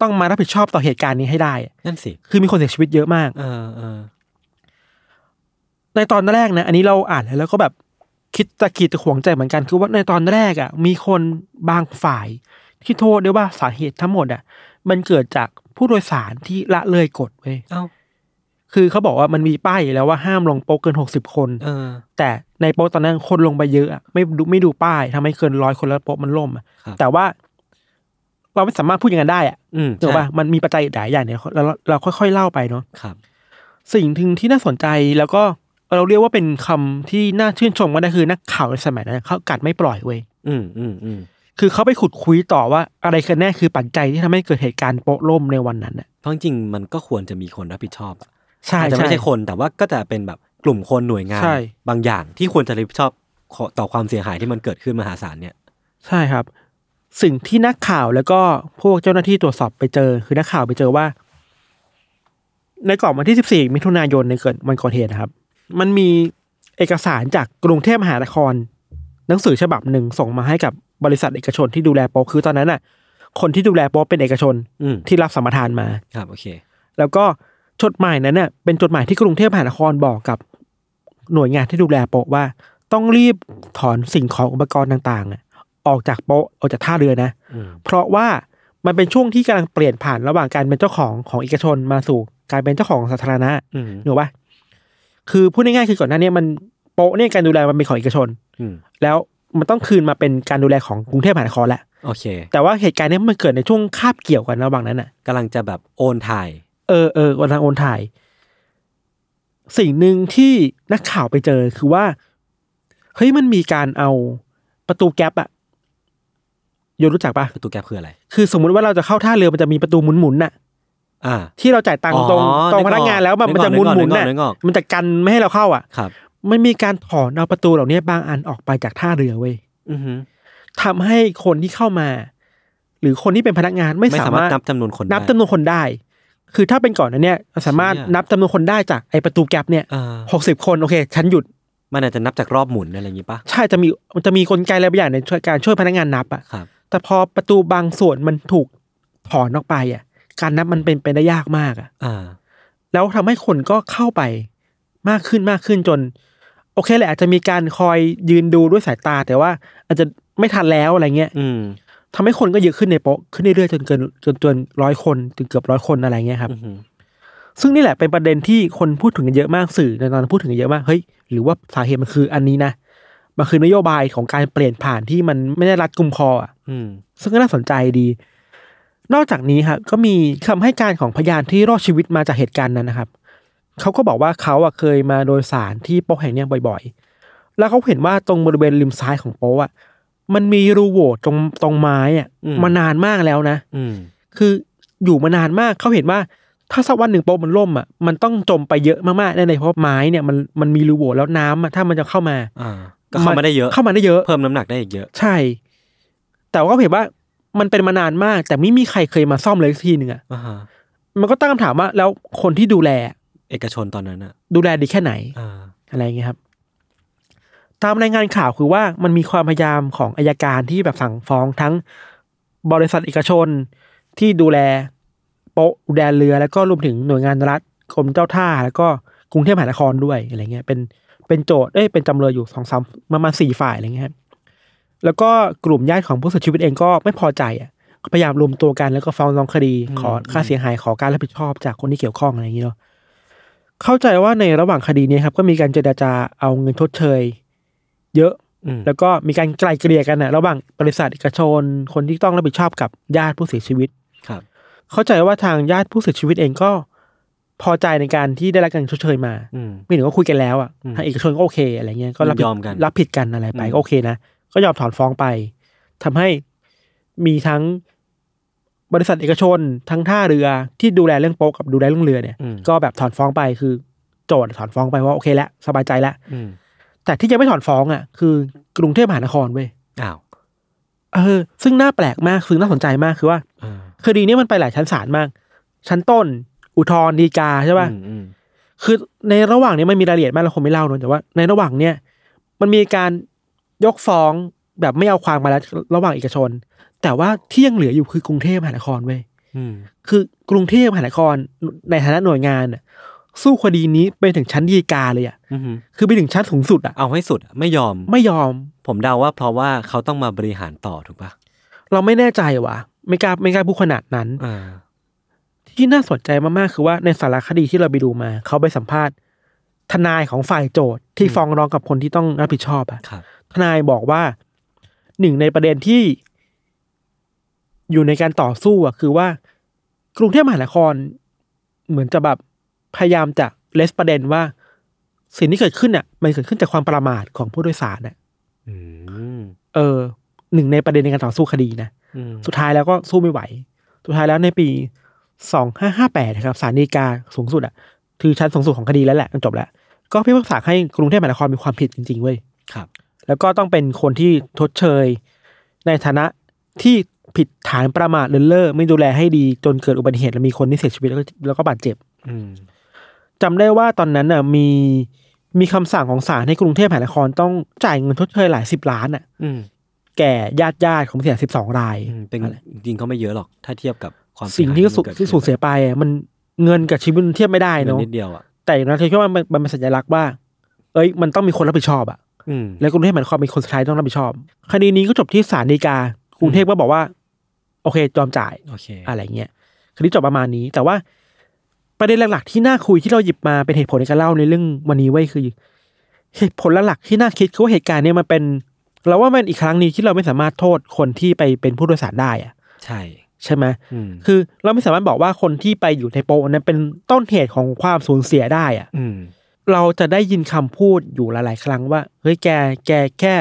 Speaker 2: ต้องมารับผิดชอบต่อเหตุการณ์นี้ให้ได้อะ
Speaker 1: นั่นสิ
Speaker 2: คือมีคนเสียชีวิตเยอะมาก
Speaker 1: เออเออ
Speaker 2: ในตอนแรกนะอันนี้เราอ่านแล้วแล้วก็แบบคิดตะขีดตะขวงใจเหมือนกันคือว่าในตอนแรกอ่ะมีคนบางฝ่ายที่โทษได้ว่าสาเหตุทั้งหมดอ่ะมันเกิดจากผู้โดยสารที่ละเลยกฎเว้ย
Speaker 1: เอ้า
Speaker 2: คือเขาบอกว่ามันมีป้ายอยู่แล้วว่าห้ามลงโป๊ะเกินหกสิบคน
Speaker 1: เออ
Speaker 2: แต่ในโป๊ะตอนนั้นคนลงไปเยอะอะไม่ดูไม่ดูป้ายทำให้เกินร้อยคนแล้วโป๊ะมันล่มอะ
Speaker 1: ครับ
Speaker 2: แต่ว่า เราไม่สามารถพูดอย่างนั้นได้อะ
Speaker 1: อืม
Speaker 2: ถูกป่ะ
Speaker 1: ใช่
Speaker 2: มันมีปัจจัยหลายอย่างเนี่ยเราเราเราค่อยๆเล่าไปเนาะ
Speaker 1: ครับ
Speaker 2: สิ่งถึงที่น่าสนใจแล้วก็เราเรียกว่าเป็นคำที่น่าชื่นชมก็ได้คือนักข่าวในสมัยนั้นเขากัดไม่ปล่อยเว้ย
Speaker 1: อืมอืมอืม
Speaker 2: คือเขาไปขุดคุยต่อว่าอะไรกันแน่คือปัจจัยที่ทำให้เกิดเหตุการณ์โป๊ะล่มในวันนั้นน่ะ
Speaker 1: เพราะจริงๆมันก็ควรจะมีคนรับผิดชอบอะ
Speaker 2: ใช่
Speaker 1: อาจจะ
Speaker 2: ใช่
Speaker 1: ไม่ใช่คนแต่ว่าก็จะเป็นแบบกลุ่มคนหน่วยงาน
Speaker 2: ใช่
Speaker 1: บางอย่างที่ควรจะรับผิดชอบขอต่อความเสียหายที่มันเกิดขึ้นมหาศาลเนี่ย
Speaker 2: ใช่ครับ สิ่งที่นักข่าวแล้วก็พวกเจ้าหน้าที่ตรวจสอบไปเจอ คือนักข่าวไปเจอว่า ในก่อนวันที่ 14 มิถุนายนในเกิดวันก่อเหตุนะครับ มันมีเอกสารจากกรุงเทพมหานคร หนังสือฉบับหนึ่งส่งมาให้กับบริษัทเอกชนที่ดูแลโป๊ะคือตอนนั้นน่ะ คนที่ดูแลโป๊ะเป็นเอกชน
Speaker 1: อืม
Speaker 2: ที่รับสัมปทานมา
Speaker 1: ครับโอเค
Speaker 2: แล้วก็จดหมายนั้นน่ะเป็นจดหมายที่กรุงเทพมหานครบอกกับหน่วยงานที่ดูแลโป๊ะว่า ต้องรีบถอนสิ่งของอุปกรณ์ต่างๆอะออกจากโป๊ะออกจากท่าเรือนะ
Speaker 1: อืม
Speaker 2: เพราะว่ามันเป็นช่วงที่กำลังเปลี่ยนผ่านระหว่างการเป็นเจ้าของของเอกชนมาสู่การเป็นเจ้าของสาธารณะ
Speaker 1: อืม
Speaker 2: หรือว่าคือพูดง่ายๆคือก่อนหน้าเนี้มันโป๊ะเนี่ยการดูแลมันเป็นของเอกชน
Speaker 1: อืม
Speaker 2: แล้วมันต้องคืนมาเป็นการดูแลของกรุงเทพมหานครแหละ
Speaker 1: โอเค
Speaker 2: แต่ว่าเหตุการณ์เนี้มันเกิดในช่วงคาบเกี่ยวกันระหว่างนั้นน่ะ
Speaker 1: กำลังจะแบบโอนถ่าย
Speaker 2: เออเออวันทางโอนถ่าย สิ่งหนึ่งที่นักข่าวไปเจอคือว่าเฮ้ยมันมีการเอาประตูแก๊ปอะโยนรู้จักปะ
Speaker 1: ประตูแก๊ปคืออะไร
Speaker 2: คือสมมุติว่าเราจะเข้าท่าเรือมันจะมีประตูหมุนๆน่ะ
Speaker 1: อ่า
Speaker 2: ที่เราจ่ายตังค์ตรง
Speaker 1: อ๋อ
Speaker 2: ตรง
Speaker 1: นึกออก
Speaker 2: พนักงานแล้วแบบ
Speaker 1: นึ
Speaker 2: มัน
Speaker 1: กออก
Speaker 2: จะหมุนห
Speaker 1: นึ
Speaker 2: มุน
Speaker 1: กออก
Speaker 2: น่ะ
Speaker 1: นึกออก
Speaker 2: มันจะกันไม่ให้เราเข้าอ่ะ
Speaker 1: ครับ
Speaker 2: มันมีการถอนเอาประตูเหล่านี้บางอันออกไปจากท่าเรือเว้ย
Speaker 1: อือหือ
Speaker 2: ทำให้คนที่เข้ามา หรือคนที่เป็นพนักงานไม่
Speaker 1: ไม่
Speaker 2: สา
Speaker 1: สามารถ
Speaker 2: มารถ
Speaker 1: นับจำนวนคน
Speaker 2: นับ
Speaker 1: ได้
Speaker 2: จำนวนคนได้ คือถ้าเป็นก่อนนั้นเนี่ยเราสามารถ
Speaker 1: เชี่ย
Speaker 2: นับจำนวนคนได้จากไอประตูแก๊ปเนี่ย
Speaker 1: อ่า
Speaker 2: หกสิบคนโอเค ฉันหยุด
Speaker 1: มันอาจจะนับจากรอบหมุนอะไรอย่างงี้ปะ
Speaker 2: ใช่จะมีมันจะมีกลไกอะไรบางอย่างในช่วยการช่วยพนักงานนับอะ
Speaker 1: ครับ
Speaker 2: แต่พอประตูบางส่วนมันถูกถอนออกไปอะการนับมันเป็นไปได้ยากมากอะ
Speaker 1: อ่า
Speaker 2: แล้วทำให้คนก็เข้าไปมากขึ้นมากขึ้นจน โอเคแหละอาจจะมีการคอยยืนดูด้วยสายตา แต่ว่าอาจจะไม่ทันแล้วอะไรเงี้ย
Speaker 1: อืม
Speaker 2: ทำให้คนก็เยอะขึ้นในโป๊ะขึ้นเรื่อยๆจนเกินจนจนร้อยคนจนเกือบร้อยคนอะไรเงี้ยครับ
Speaker 1: อือหือ
Speaker 2: ซึ่งนี่แหละเป็นประเด็นที่คนพูดถึงกันเยอะมากสื่อในตอนนั้นพูดถึงกันเยอะมากเฮ้ยหรือว่าสาเหตุมันคืออันนี้นะมันคือนโยบายของการเปลี่ยนผ่านที่มันไม่ได้รัดกุมพออะ
Speaker 1: อืม
Speaker 2: ซึ่งก็น่าสนใจดี นอกจากนี้ครับก็มีคำให้การของพยานที่รอดชีวิตมาจากเหตุการณ์นั้นนะครับเขาก็บอกว่าเขาอะเคยมาโดยสารที่โป๊ะแห่งเนี้ยบ่อยๆ แล้วเขาเห็นว่าตรงบริเวณริมซ้ายของโป๊ะอะมันมีรูโหว่ตรงตรงไม้อะมานานมากแล้วนะ
Speaker 1: อืม
Speaker 2: คืออยู่มานานมากเขาเห็นว่าถ้าสักวันหนึ่งโป๊ะมันล่มอ่ะมันต้องจมไปเยอะมากๆแน่ๆเพราะไม้เนี่ยมันมันมีรูโหว่แล้วน้ำอะถ้ามันจะเข้ามา
Speaker 1: อ่า ก็เข้ามาได้เยอะ
Speaker 2: เข้ามาได้เยอะ
Speaker 1: เพิ่มน้ำหนักได้อีกเยอะ
Speaker 2: ใช่ แต่ว่าเขาเห็นว่ามันเป็นมานานมาก แต่ไม่มีใครเคยมาซ่อมเลยสักทีหนึ่งอ่ะ
Speaker 1: อ่าฮะ
Speaker 2: มันก็ตั้งคำถามว่าแล้วคนที่ดูแล
Speaker 1: เอกชนตอนนั้นอ่ะ
Speaker 2: ดูแลดีแค่ไหน
Speaker 1: อ่า
Speaker 2: อะไรอย่างเงี้ยครับ ตามรายงานข่าวคือว่ามันมีความพยายามของอายการที่แบบสั่งฟ้องทั้งบริษัทเอกชนที่ดูแลโป๊ะดูแลเรือ แล้วก็รวมถึงหน่วยงานรัฐกรมเจ้าท่า แล้วก็กรุงเทพมหานครด้วยอะไรเงี้ยเป็นเป็นโจทย์เอ้ยเป็นจำเลยอยู่สองสามประมาณสี่ฝ่ายอะไรเงี้ยครับแล้วก็กลุ่มญาติของผู้เสียชีวิตเองก็ไม่พอใจอ่ะก็พยายามรวมตัวกันแล้วก็ฟ้องร้องคดี ขอค่าเสียหายขอการรับผิดชอบจากคนที่เกี่ยวข้องอะไรอย่างเงี้ยเนาะ เข้าใจว่าในระหว่างคดีเนี้ครับก็มีการเจรจาเอาเงินชดเชย เยอะ
Speaker 1: อืม
Speaker 2: แล้วก็มีการไกลเกลี่ยกันนะระหว่างบริษัทเอกชน คนที่ต้องรับผิดชอบกับญาติผู้เสียชีวิต
Speaker 1: ครับ
Speaker 2: เข้าใจว่าทางญาติผู้เสียชีวิตเองก็พอใจในการที่ได้รับการชดเชยมา
Speaker 1: อืม
Speaker 2: ไม่ถึงก็คุยกันแล้วอ่ะ
Speaker 1: อืม
Speaker 2: ทางเอกชนก็โอเคอะไรเงี้ยก็รับผิด
Speaker 1: ยอมกัน
Speaker 2: รับผิดกันอะไรไป
Speaker 1: อืม
Speaker 2: ก็โอเคนะก็ยอมถอนฟ้องไปทำให้มีทั้งบริษัทเอกชน ทั้งท่าเรือที่ดูแลเรื่องโป๊ะกับดูแลเรื่องเรือเนี่ย
Speaker 1: อืม
Speaker 2: ก็แบบถอนฟ้องไปคือโจทย์ถอนฟ้องไปว่าโอเคแล้วสบายใจแล้ว
Speaker 1: อืม
Speaker 2: แต่ที่ยังไม่ถอนฟ้องอ่ะคือกรุงเทพมหานครเว้ย
Speaker 1: อ้าว
Speaker 2: เออ ซึ่งน่าแปลกมากคือน่าสนใจมากคือว่า
Speaker 1: อ่า
Speaker 2: คดีเนี้มันไปหลายชั้นศาลมาก ชั้นต้น อุทธรณ์ฎีกาใช่ป่ะ
Speaker 1: อืมอืม
Speaker 2: คือในระหว่างเนี้ยมันมีรายละเอียดมากเราคงไม่เล่าเนอะแต่ว่าในระหว่างเนี้ยมันมีการยกฟ้องแบบไม่เอาความมาแล้วระหว่างเอกชน แต่ว่าที่ยังเหลืออยู่คือกรุงเทพมหานครเว้ย
Speaker 1: อืม
Speaker 2: คือกรุงเทพมหานครในฐานะหน่วยงานน่ะสู้คดีนี้ไปถึงชั้นฎีกาเลยอ่ะ
Speaker 1: อือหือ
Speaker 2: คือไปถึงชั้นสูงสุดอ่ะ
Speaker 1: เอาให้สุดอะไม่ยอม
Speaker 2: ไม่ยอม
Speaker 1: ผมเดาว่าเพราะว่าเขาต้องมาบริหารต่อถูกปะ
Speaker 2: เราไม่แน่ใจว่ะ ไม่กล้าไม่กล้าพูดขนาดนั้น
Speaker 1: อ่า
Speaker 2: ที่น่าสนใจมากๆคือว่าในสารคดีที่เราไปดูมา เขาไปสัมภาษณ์ ทนายของฝ่ายโจทย์ที่ฟ้องร้องกับคนที่ต้องรับผิดชอบอ่ะ
Speaker 1: ครับ
Speaker 2: ทนายบอกว่าหนึ่งในประเด็นที่ อยู่ในการต่อสู้อะคือว่ากรุงเทพมหานคร เหมือนจะแบบพยายามจะเลสประเด็นว่า สิ่งที่เกิดขึ้นอ่ะ มันเกิดขึ้นจากความประมาทของผู้โดยสารอ่ะ
Speaker 1: อืม
Speaker 2: เออหนึ่งในประเด็นในการต่อสู้คดีนะ
Speaker 1: อืม
Speaker 2: สุดท้ายแล้วก็สู้ไม่ไหว สุดท้ายแล้วในปีสองห้าห้าแปดครับศาลฎีกาสูงสุดอ่ะคือชั้นสูงสุดของคดีแล้วแหละจบแล้วก็พิพากษาให้กรุงเทพมหานครมีความผิดจริงๆเว้ย
Speaker 1: ครับ
Speaker 2: แล้วก็ต้องเป็นคนที่ทดเชย ในฐานะที่ผิดฐานประมาทเลินเล่อไม่ดูแลให้ดีจนเกิดอุบัติเหตุและมีคนที่เสียชีวิตแล้วก็แล้วก็บาดเจ็บ
Speaker 1: อืม
Speaker 2: จำได้ว่าตอนนั้นน่ะมีมีคำสั่งของศาลให้กรุงเทพมหานครต้องจ่ายเงินทดเชยหลายสิบล้านอ่ะ
Speaker 1: อืม
Speaker 2: แก่ญาติญาติๆของผู้เสียสิบสองราย
Speaker 1: อืมเป็น
Speaker 2: อะไร
Speaker 1: จริงๆเขาไม่เยอะหรอก ถ้าเทียบกับความ
Speaker 2: สิ่งที่สูญ
Speaker 1: เกิดขึ้น
Speaker 2: ที่สูญเสียไปอ่ะมันเงินกับชีวิตมันเทียบไม่ได้
Speaker 1: เงิน
Speaker 2: เนาะ
Speaker 1: นิดเดียวอ่ะ
Speaker 2: แต่อย่างนั้นเธอคิดว่ามันมันเป็นสัญลักษณ์ว่า เอ้ยมันต้องมีคนรับผิดชอบอ่ะ
Speaker 1: อืม
Speaker 2: แล้วกรุงเทพมหานครเป็นคนสุดท้ายต้องรับผิดชอบ คดีนี้ก็จบที่ศาลฎีกากรุงเทพก็บอกว่า โอเคยอมจ่าย
Speaker 1: โอเค
Speaker 2: อะไรเงี้ยคดีจบประมาณนี้ แต่ว่าประเด็นหลักๆที่น่าคุยที่เราหยิบมาเป็นเหตุผลในการเล่าในเรื่องวันนี้ไว้ยคือ เหตุผลหลักๆที่น่าคิดคือว่าเหตุการณ์เนี่ยมันเป็น เราว่ามันอีกครั้งหนี้ที่เราไม่สามารถโทษคนที่ไปเป็นผู้โดยสารได้อะ
Speaker 1: ใช่
Speaker 2: ใช่ไหม
Speaker 1: อืม
Speaker 2: คือเราไม่สามารถบอกว่าคนที่ไปอยู่ในโปะนั้นเป็นต้นเหตุของความสูญเสียได้อะ
Speaker 1: อืม
Speaker 2: เราจะได้ยินคำพูดอยู่หลาย ๆ ครั้งว่า เฮ้ยแกแกแค่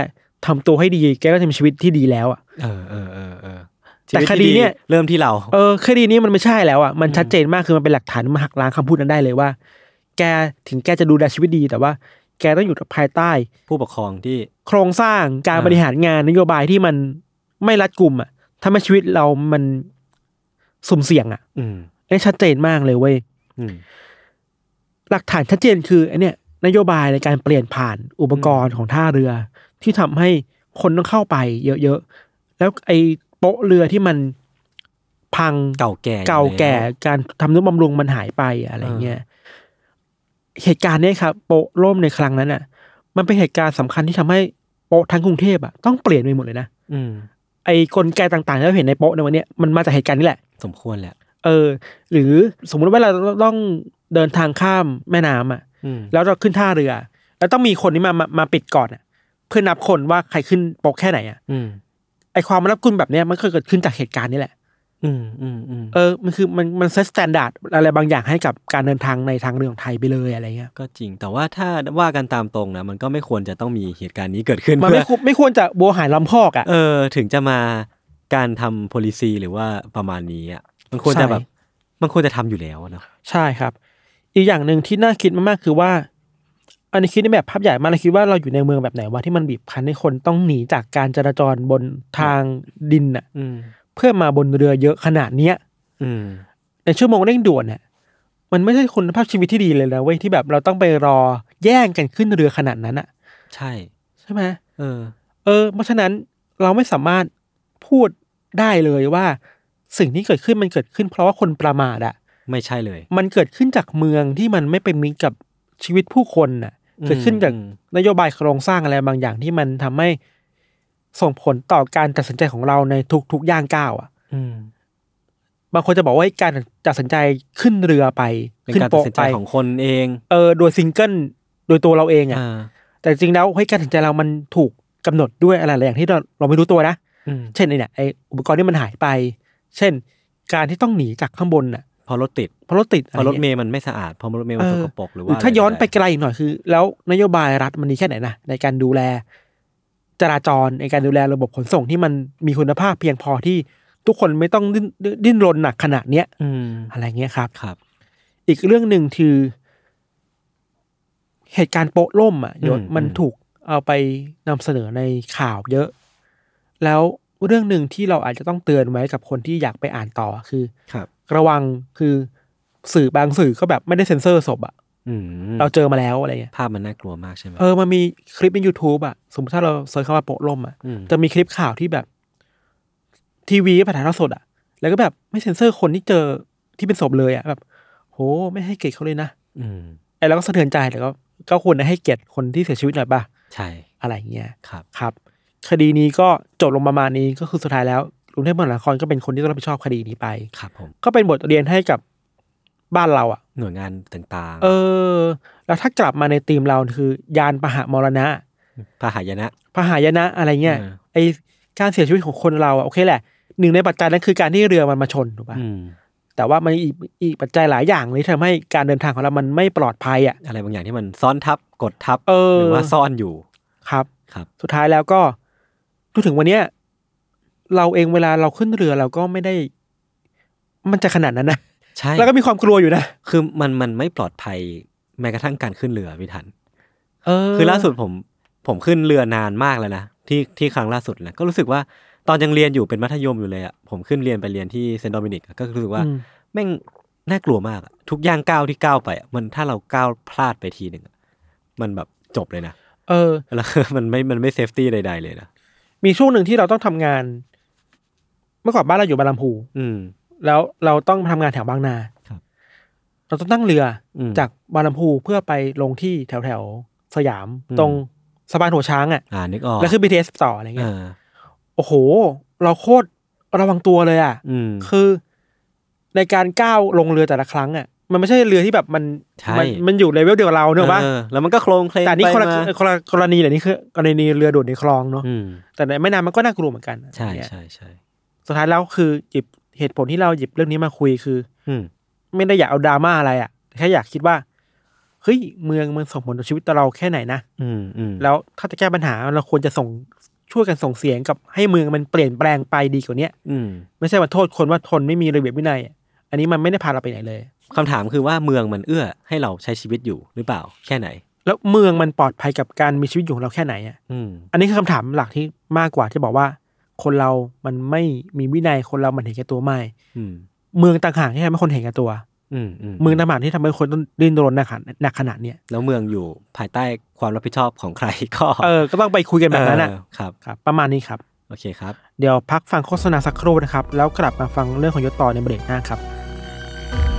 Speaker 2: ทำตัวให้ดี แกก็จะมีชีวิตที่ดีแล้วอ่ะ
Speaker 1: เออเออเออเออชี
Speaker 2: แต่
Speaker 1: วิ
Speaker 2: ค
Speaker 1: ที่
Speaker 2: ดีเนี่ย
Speaker 1: เริ่มที่เรา
Speaker 2: เออคดีนี้มันไม่ใช่แล้วอ่ะมันชัดเจนมากคือมันเป็นหลักฐานมาหักล้างคำพูดนั้นได้เลยว่า แกถึงแกจะดูแลชีวิตดี แต่ว่าแกต้องอยู่ภายใต้
Speaker 1: ผู้ปกครองที่
Speaker 2: โครงสร้างการ
Speaker 1: อ่า
Speaker 2: บริหารงานนโยบายที่มันไม่รัดกุมอ่ะทำให้ชีวิตเรามันสุ่มเสี่ยงอ่ะ
Speaker 1: อืม
Speaker 2: นี่ชัดเจนมากเลยเว้ย
Speaker 1: อืม
Speaker 2: หลักฐานชัดเจนคือไอเนี่ยนโยบายในการเปลี่ยนผ่านอุปกรณ์ของท่าเรือ ที่ทำให้คนต้องเข้าไปเยอะๆ แล้วไอ้โป๊ะเรือที่มันพัง
Speaker 1: เก่าแก่อยู่
Speaker 2: เก่าแก่
Speaker 1: ล้ว
Speaker 2: การทำนุบำรุงมันหายไปอะไรเงี้ยเหตุการณ์เนี้ยครับโป๊ะล่มในครั้งนั้นอ่ะ มันเป็นเหตุการณ์สำคัญที่ทำให้โป๊ะทั้งกรุงเทพอ่ะต้องเปลี่ยนไปหมดเลยนะ
Speaker 1: อืม
Speaker 2: ไอ้กลไกต่างๆที่เราเห็นในโป๊ะในวันเนี้ยมันมาจากเหตุการณ์นี่แหละ
Speaker 1: สมควรแหละ
Speaker 2: เออ หรือสมมุติว่าเราต้องเดินทางข้ามแม่น้ำอ่ะ
Speaker 1: อืม
Speaker 2: แล้วเราขึ้นท่าเรือ แล้วต้องมีคนนี้มามามาปิดก่อนอะเพื่อนับคนว่าใครขึ้นโปกแค่ไหนอะ
Speaker 1: อืม
Speaker 2: ไอความรับกุนแบบเนี้ยมันก็เกิดขึ้นจากเหตุการณ์นี่แหละ
Speaker 1: อืมอืมอืม
Speaker 2: เออมันคือมันมันเซตสแตนดาร์ดอะไรบางอย่างให้กับการเดินทางในทางเรือของไทยไปเลยอะไรเงี้ย
Speaker 1: ก็จริง แต่ว่าถ้าว่ากันตามตรงนะ มันก็ไม่ควรจะต้องมีเหตุการณ์นี้เกิดขึ้น
Speaker 2: มันไม่
Speaker 1: เพื่อ
Speaker 2: ควรไม่ควรจะโบวหายล้อมคอกอะ
Speaker 1: เออ ถึงจะมาการทำ policy หรือว่าประมาณนี้อ่ะ มันควรจะ
Speaker 2: ใช่
Speaker 1: แบบ มันควรจะทำอยู่แล้วอะเนาะ
Speaker 2: ใช่ครับ อีกอย่างหนึ่งที่น่าคิดมากๆคือว่า อันนี้คิดในแบบภาพใหญ่มากเลยคิดว่าเราอยู่ในเมืองแบบไหนวะที่มันบีบคั้นให้คนต้องหนีจากการจราจรบนทางดินอะ
Speaker 1: อืม
Speaker 2: เพื่อมาบนเรือเยอะขนาดเนี้ย
Speaker 1: อืม
Speaker 2: ในชั่วโมงเร่งด่วนเนี่ยมันไม่ใช่คุณภาพชีวิตที่ดีเลยนะเว้ยที่แบบเราต้องไปรอแย่งกันขึ้นเรือขนาดนั้นอะ
Speaker 1: ใช่
Speaker 2: ใช่ไหม
Speaker 1: เออ
Speaker 2: เออ เพราะฉะนั้นเราไม่สามารถพูดได้เลยว่า สิ่งที่เกิดขึ้นมันเกิดขึ้น เพราะว่าคนประมาทอะ
Speaker 1: ไม่ใช่เลย
Speaker 2: มันเกิดขึ้นจากเมืองที่มันไม่ไปมิตรกับชีวิตผู้คนน่ะ
Speaker 1: อืม
Speaker 2: เกิดขึ้นจาก
Speaker 1: อืม
Speaker 2: นโยบายโครงสร้างอะไรบางอย่างที่มันทำให้ส่งผลต่อการตัดสินใจของเราในทุกๆย่างก้าวอะ
Speaker 1: อืม
Speaker 2: บางคนจะบอกว่าการตัดสินใจขึ้นเรือไป
Speaker 1: เป็น
Speaker 2: ขึ้น
Speaker 1: การตัด
Speaker 2: โป๊ะ
Speaker 1: สินใจ
Speaker 2: ไป
Speaker 1: ของคนเอง
Speaker 2: เออโดยซิงเกิลโดยตัวเราเองอะ
Speaker 1: อ่า
Speaker 2: แต่จริงแล้วเฮ้ยการตัดสินใจเรามันถูกกำหนดด้วยอะไรหลายอย่างที่เราเราไม่รู้ตัวนะ
Speaker 1: อืม
Speaker 2: เช่นไอ้เนี่ยไออุปกรณ์ที่มันหายไป เช่น การที่ต้องหนีจากข้างบนน่ะ
Speaker 1: พอรถติด
Speaker 2: เพราะรถติด
Speaker 1: พอรถเม
Speaker 2: ย
Speaker 1: ย์มันไม่สะอาด พอรถเมย์มัน
Speaker 2: เอ
Speaker 1: ส
Speaker 2: อ
Speaker 1: กปรกหรือ
Speaker 2: หรือ
Speaker 1: ว่า
Speaker 2: ถ้าย้อนไป
Speaker 1: ะร
Speaker 2: ไกลอีกหน่อยคือ แล้วนโยบายรัฐมันดีแค่ไหนนะในการดูแล จราจรในการดูแลระบบขนส่งที่มันมีคุณภาพเพียงพอที่ทุกคนไม่ต้องดิ้นดิ้นรนหนักขนาดเนี้ย
Speaker 1: อืม
Speaker 2: อะไรเงี้ยครับ
Speaker 1: ครับ
Speaker 2: อีกเรื่องหนึ่งคือ เหตุการณ์โป๊ะล่มอ่ะยศ
Speaker 1: อืม
Speaker 2: มัน
Speaker 1: อืม
Speaker 2: ถูกเอาไปนำเสนอในข่าวเยอะ แล้วเรื่องหนึ่งที่เราอาจจะต้องเตือนไว้กับคนที่อยากไปอ่านต่อคือ
Speaker 1: ครับ
Speaker 2: ระวังคือสื่อบางสื่อก็แบบไม่ได้เซ็นเซอร์ศพอ่ะ
Speaker 1: อืม
Speaker 2: เราเจอมาแล้วอะไรเงี้ย
Speaker 1: ภาพมันน่ากลัวมากใช่ไหม
Speaker 2: เออมันมีคลิปใน YouTube อ่ะ สมมติถ้าเราเซิร์ชคำว่าโปะล่มอ่ะ
Speaker 1: ม
Speaker 2: จะมีคลิปข่าวที่แบบ ทีวีผ่านถ่ายทอดสดอ่ะ แล้วก็แบบไม่เซ็นเซอร์คนที่เจอที่เป็นศพเลยอ่ะแบบ โหไม่ให้เกียรติเขาเลยนะ
Speaker 1: อืม
Speaker 2: ไอ้เราก็สะเทือนใจแต่ก็ก็ควรให้เกียรติคนที่เสียชีวิตหน่อยป่ะ
Speaker 1: ใช่
Speaker 2: อะไรอย่างเงี้ย
Speaker 1: ครับ
Speaker 2: ครับคดีนี้ก็จบลงประมาณนี้ก็คือสุดท้ายแล้วกรุงเทพมหานครก็เป็นคนที่ต้องรับผิดชอบคดีนี้ไป
Speaker 1: ครับผม
Speaker 2: ก็เป็นบทเรียนให้กับบ้านเราอะ่ะ
Speaker 1: หน่วยงานต่างๆ
Speaker 2: เออ แล้วถ้ากลับมาในธีมเราคือ ยานปะหะมรณะ
Speaker 1: พาหายนะ
Speaker 2: พหายนะอะไรเงี้ย
Speaker 1: เออ
Speaker 2: ไอการเสียชีวิตของคนเราอะ่ะโอเคแหละหนึ่งในปัจจัยนั้นคือการที่เรือมันมาชนถูกปะ
Speaker 1: อืม
Speaker 2: แต่ว่ามันอีกอีกปัจจัยหลายอย่างเลยที่ทำให้การเดินทางของเรามันไม่ปลอดภัยอ่ะ
Speaker 1: อะไรบางอย่างที่มันซ้อนทับกดทับ
Speaker 2: เออ
Speaker 1: หรือว่าซ่อนอยู่
Speaker 2: ครับ
Speaker 1: ครับ
Speaker 2: สุดท้ายแล้วก็จนถึงวันเนี้ยเราเองเวลาเราขึ้นเรือเราก็ไม่ได้ มันจะขนาดนั้นนะ
Speaker 1: ใช่
Speaker 2: แล้วก็มีความกลัวอยู่นะ
Speaker 1: คือมันมันไม่ปลอดภัยแม้กระทั่งการขึ้นเรือพี่ทัน
Speaker 2: เออ
Speaker 1: คือล่าสุดผมผมขึ้นเรือนานมากแล้วนะที่ที่ครั้งล่าสุดนะก็รู้สึกว่าตอนยังเรียนอยู่เป็นมัธยมอยู่เลยอะผมขึ้นเรียนไปเรียนที่เซนต์โดมินิกอะก็รู้สึกว่า
Speaker 2: อืม
Speaker 1: แม่งน่ากลัวมากอะทุกย่างก้าวที่ก้าวไปอะมันถ้าเราก้าวพลาดไปทีหนึ่งอะมันแบบจบเลยนะ
Speaker 2: เออ
Speaker 1: แล้วคือ (laughs) มันไม่มันไม่เซฟตี้ใดๆเลยนะ
Speaker 2: มีช่วงหนึ่งที่เราต้องทำงาน เมื่อก่อนบ้านเราอยู่บางลำพู
Speaker 1: อืม
Speaker 2: แล้วเราต้องทำงานแถวบางนา
Speaker 1: ครับ
Speaker 2: เราต้องนั่งเรืออ
Speaker 1: ม
Speaker 2: จากบางลำพูเพื่อไปลงที่แถวแถวๆสยาม
Speaker 1: อืม
Speaker 2: ตรงสะพานหัวช้างอะ่ะ
Speaker 1: อ่านึกออก
Speaker 2: แล้วขึ้น BTS ต่ออะไร
Speaker 1: เอ
Speaker 2: เงี้ย
Speaker 1: อ
Speaker 2: โอ้โห เราโคตรระวังตัวเลยอ่ะ
Speaker 1: อืม
Speaker 2: คือในการก้าวลงเรือแต่ละครั้งอ่ะ มันไม่ใช่เรือที่แบบมัน
Speaker 1: ใช่
Speaker 2: มันมันอยู่เลเวลเดียวกับเราเนอะปะ
Speaker 1: เออแล้วมันก็โครงเคลง
Speaker 2: แต่อันนี่
Speaker 1: ไป
Speaker 2: คนละ
Speaker 1: มา
Speaker 2: คนละกรณีแหละนี่คือกรณีเรือโดดในคลองเนาะ
Speaker 1: อืม
Speaker 2: แต่ในแม่น้ำมันก็น่ากลัวเหมือนกัน
Speaker 1: ใช่
Speaker 2: เนี่ย
Speaker 1: ใช่ใช่
Speaker 2: สุดท้ายแล้วคือหยิบเหตุผลที่เราหยิบเรื่องนี้มาคุยคือ
Speaker 1: อืม
Speaker 2: ไม่ได้อยากเอาดราม่าอะไรอ่ะแค่อยากคิดว่าเฮ้ยเมืองมันส่งผลต่อชีวิตเราแค่ไหนนะ
Speaker 1: อืมอืม
Speaker 2: แล้วถ้าจะแก้ปัญหาเราควรจะส่งช่วยกันส่งเสียงกับให้เมืองมันเปลี่ยนแปลงไปดีกว่าเนี้ย
Speaker 1: อืม
Speaker 2: ไม่ใช่มาโทษคนว่าทนไม่มีระเบียบวินัยอะอันนี้มันไม่ได้พาเราไปไหนเลย
Speaker 1: คำถามคือว่าเมืองมันเอื้อให้เราใช้ชีวิตอยู่หรือเปล่าแค่ไหน
Speaker 2: แล้วเมืองมันปลอดภัยกับการมีชีวิตอยู่ของเราแค่ไหนอ่ะ
Speaker 1: อืม
Speaker 2: อันนี้คือคำถามหลักที่มากกว่าที่บอกว่า คนเรามันไม่มีวินัยคนเรามันเห็นแก่ตัวไม่
Speaker 1: อืม
Speaker 2: เมืองต่างหากที่ทำให้คนเห็นแก่ตัว
Speaker 1: อืมอื
Speaker 2: เมืองต่างหากที่ทำให้คนต้องดิ้นรนหนักขนาดหนักขนาดเนี้ย
Speaker 1: แล้วเมืองอยู่ภายใต้ความรับผิดชอบของใครก็
Speaker 2: เออ ก็ต้องไปคุยกันแบบนั้นอ่ะ
Speaker 1: เออครับ
Speaker 2: ครับ ประมาณนี้ครับ
Speaker 1: โอเคครับ
Speaker 2: เดี๋ยวพักฟังโฆษณาสักครู่นะครับ แล้วกลับมาฟังเรื่องของยศต่อในเบรกหน้าครับ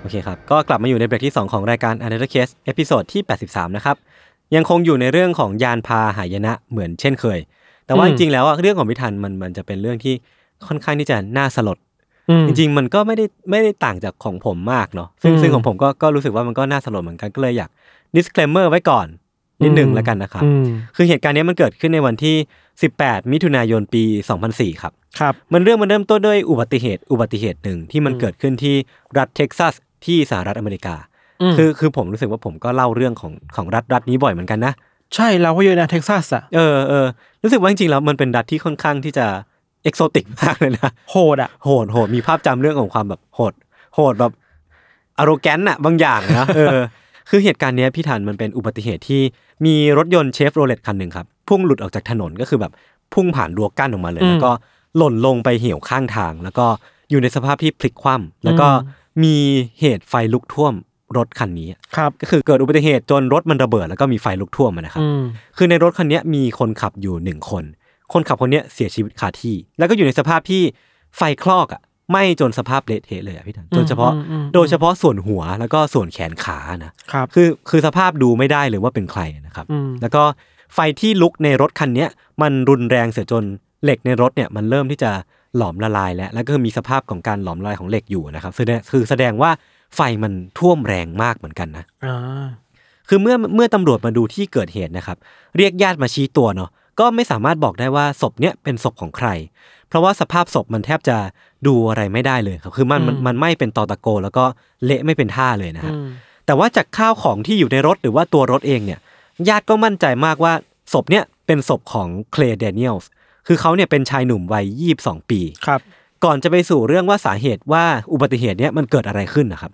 Speaker 1: โอเคครับ ก็กลับมาอยู่ในเบรกที่ 2 ของรายการ Another Case เอพิโซดที่ 83 นะครับ ยังคงอยู่ในเรื่องของยานพาหายนะเหมือนเช่นเคย แต่ว่า
Speaker 2: อื
Speaker 1: จ
Speaker 2: ม
Speaker 1: ริงๆแล้วอะเรื่องของพิธันมันมันจะเป็นเรื่องที่ค่อนข้างที่จะน่าสลด
Speaker 2: อืม
Speaker 1: จริงๆมันก็ไม่ได้ไม่ได้ต่างจากของผมมากเนาะซึ่ง
Speaker 2: อืม
Speaker 1: ซึ่งของผมก็ก็รู้สึกว่ามันก็น่าสลดเหมือนกันก็เลยอยาก disclaimer ไว้ก่อนนิดหนึ่ง
Speaker 2: อืม
Speaker 1: แล้วกันนะครับ
Speaker 2: อืม
Speaker 1: คือเหตุการณ์เนี้ยมันเกิดขึ้นในวันที่ 18 มิถุนายนปี 2004 ครับ
Speaker 2: ครับ
Speaker 1: มันเรื่องมันเริ่มต้นด้วยอุบัติเหตุ อุบัติเหตุหนึ่งที่มัน
Speaker 2: อืม
Speaker 1: เกิดขึ้นที่รัฐเท็กซัสที่สหรัฐอเมริกา คือคือผมรู้สึกว่าผมก็เล่าเรื่องของของรัฐรัฐนี้บ่อยเหมือนกันนะ
Speaker 2: ใช่เราก็เยอะนะเท็กซัสอ่ะ
Speaker 1: เออเออรู้สึกว่าจริงๆแล้วมันเป็นรัฐที่ค่อนข้างที่จะเอกโซติกมากเลยนะ
Speaker 2: โหดอ่ะ
Speaker 1: โหดโหดมีภาพจำเรื่องของความแบบโหด โหดแบบอารแกนน่ะบางอย่างนะ
Speaker 2: (laughs)
Speaker 1: เออ คือเหตุการณ์เนี้ยพี่ทันมันเป็นอุบัติเหตุที่มีรถยนต์เชฟโรเลตคันหนึ่งครับพุ่งหลุดออกจากถนนก็คือแบบพุ่งผ่านรั้วกั้นออกมาเลย
Speaker 2: อืม
Speaker 1: แล้วก็หล่นลงไปเหี่ยวข้างทาง แล้วก็อยู่ในสภาพที่พลิกคว่ำแล้วก็
Speaker 2: อื
Speaker 1: มีเหตุไฟลุกท่วมรถคันนี้
Speaker 2: ครับ
Speaker 1: ก็คือเกิดอุบัติเหตุจนรถมันระเบิดแล้วก็มีไฟลุกท่วมอะนะครับ
Speaker 2: อืม
Speaker 1: คือในรถคันเนี้ยมีคนขับอยู่หนึ่งคน คนขับคนเนี้ยเสียชีวิตคาที่ แล้วก็อยู่ในสภาพที่ไฟคลอกอ่ะไหม้จนสภาพเละเทะเลยอ่ะพี่ทันจนเฉพาะ
Speaker 2: อืมอืมอืม
Speaker 1: โดยเฉพาะส่วนหัวแล้วก็ส่วนแขนขานะครับ คือคือสภาพดูไม่ได้เลยว่าเป็นใครนะครับ
Speaker 2: อืม
Speaker 1: แล้วก็ไฟที่ลุกในรถคันเนี้ยมันรุนแรงเสียจนเหล็กในรถเนี่ยมันเริ่มที่จะหลอมละลายแล้วแล้วก็มีสภาพของการหลอมละลายของเหล็กอยู่นะครับคือคือแสดงว่าไฟมันท่วมแรงมากเหมือนกันนะ
Speaker 2: อ่า
Speaker 1: คือเมื่อเมื่อตำรวจมาดูที่เกิดเหตุนะครับ เรียกญาติมาชี้ตัวเนาะก็ไม่สามารถบอกได้ว่าศพเนี้ยเป็นศพของใคร เพราะว่าสภาพศพมันแทบจะดูอะไรไม่ได้เลยครับคือมันมัน
Speaker 2: อืม
Speaker 1: มันไหม่เป็นตอตะโก แล้วก็เละไม่เป็นท่าเลยนะฮะ
Speaker 2: อืม
Speaker 1: แต่ว่าจากข้าวของที่อยู่ในรถหรือว่าตัวรถเองเนี่ยญาติก็มั่นใจมากว่าศพเนี้ยเป็นศพของเคลเดเนียลส์คือเขาเนี่ยเป็นชายหนุ่มวัยยีบสองปี
Speaker 2: ครับ
Speaker 1: ก่อนจะไปสู่เรื่องว่าสาเหตุว่าอุบัติเหตุเนี้ยมันเกิดอะไรขึ้นนะครับ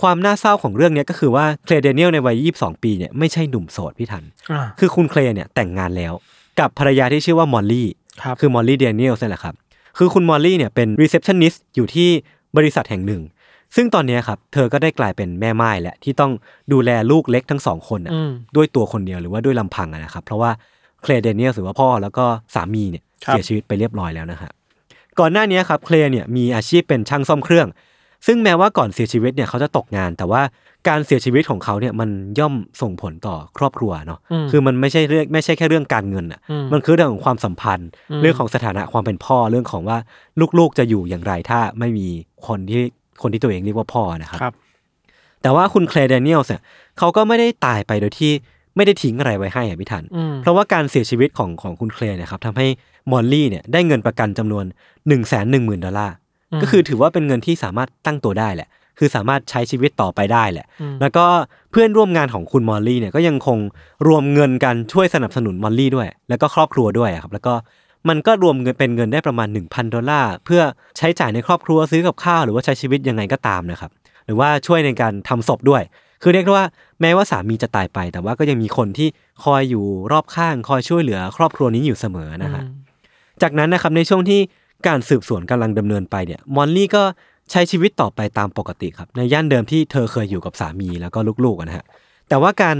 Speaker 1: ความน่าเศร้าของเรื่องเนี้ยก็คือว่าเคลเดเนียลในวัย 22 ปีเนี่ยไม่ใช่หนุ่มโสดพี่ทัน
Speaker 2: อ่า
Speaker 1: คือคุณเคลเนี่ยแต่งงานแล้ว กับภรรยาที่ชื่อว่ามอลลี่
Speaker 2: ครับ
Speaker 1: คือมอลลี่เดนเนียลนั่นแหละครับ คือคุณมอลลี่เนี่ยเป็นรีเซพชันนิสต์อยู่ที่บริษัทแห่งหนึ่ง ซึ่งตอนเนี้ยครับ เธอก็ได้กลายเป็นแม่ไม้และ ที่ต้องดูแลลูกเล็กทั้งสองคนน่ะ
Speaker 2: อืม
Speaker 1: ด้วยตัวคนเดียวหรือว่าด้วยลำพังอะนะครับ เพราะว่าเคลเดนเนียลหรือว่าพ่อแล้วก็สามีเนี่ย
Speaker 2: ครับ
Speaker 1: เสียชีวิตไปเรียบร้อยแล้วนะฮะก่อนหน้าเนี้ยครับเคลเนี่ยมีอาชีพเป็นช่างซ่อมเครื่อง ซึ่งแม้ว่าก่อนเสียชีวิตเนี่ยเขาจะตกงาน แต่ว่าการเสียชีวิตของเขาเนี่ยมันย่อมส่งผลต่อครอบครัวเนาะ
Speaker 2: อืม
Speaker 1: คือมันไม่ใช่เรื่องไม่ใช่แค่เรื่องการเงินอ่ะ
Speaker 2: อืม
Speaker 1: มันคือเรื่องของความสัมพันธ์
Speaker 2: อืม
Speaker 1: เรื่องของสถานะความเป็นพ่อเรื่องของว่าลูกๆจะอยู่อย่างไรถ้าไม่มีคนที่คนที่ตัวเองเรียกว่าพ่อนะครับ
Speaker 2: ครับ
Speaker 1: แต่ว่าคุณเคลเดเนียลเนี่ยเขาก็ไม่ได้ตายไปโดยที่ไม่ได้ทิ้งอะไรไว้ให้อ่ะพี่ทัน
Speaker 2: อืม
Speaker 1: เพราะว่าการเสียชีวิตของของคุณเคลเนี่ยครับทำให้มอลลี่เนี่ยได้เงินประกันจำนวน1นึ่งแสนหนึ่งหมื่นดอลลาร์
Speaker 2: ม
Speaker 1: ก็คือถือว่าเป็นเงินที่สามารถตั้งตัวได้แหละ คือสามารถใช้ชีวิตต่อไปได้แหละ
Speaker 2: อืม
Speaker 1: แล้วก็เพื่อนร่วมงานของคุณมอลลี่เนี่ยก็ยังคงรวมเงินกันช่วยสนับสนุนมอลลี่ด้วย แล้วก็ครอบครัวด้วยอะครับ แล้วก็มันก็รวมเงินเป็นเงินได้ประมาณ 1,000 ดอลลาร์ เพื่อใช้จ่ายในครอบครัวซื้อกับข้าว หรือว่าใช้ชีวิตยังไงก็ตามนะครับ หรือว่าช่วยในการทำศพด้วย คือเรียกได้ว่าแม้ว่าสามีจะตายไป แต่ว่าก็ยังมีคนที่คอยอยู่รอบข้าง คอยช่วยเหลือครอบครัวนี้อยู่เสมอนะฮะ จากนั้นนะครับในช่วงที่การสืบสวนกำลังดำเนินไปเนี่ยมอลลี่ก็ใช้ชีวิตต่อไปตามปกติครับ ในย่านเดิมที่เธอเคยอยู่กับสามีแล้วก็ลูกๆอะนะฮะแต่ว่าการ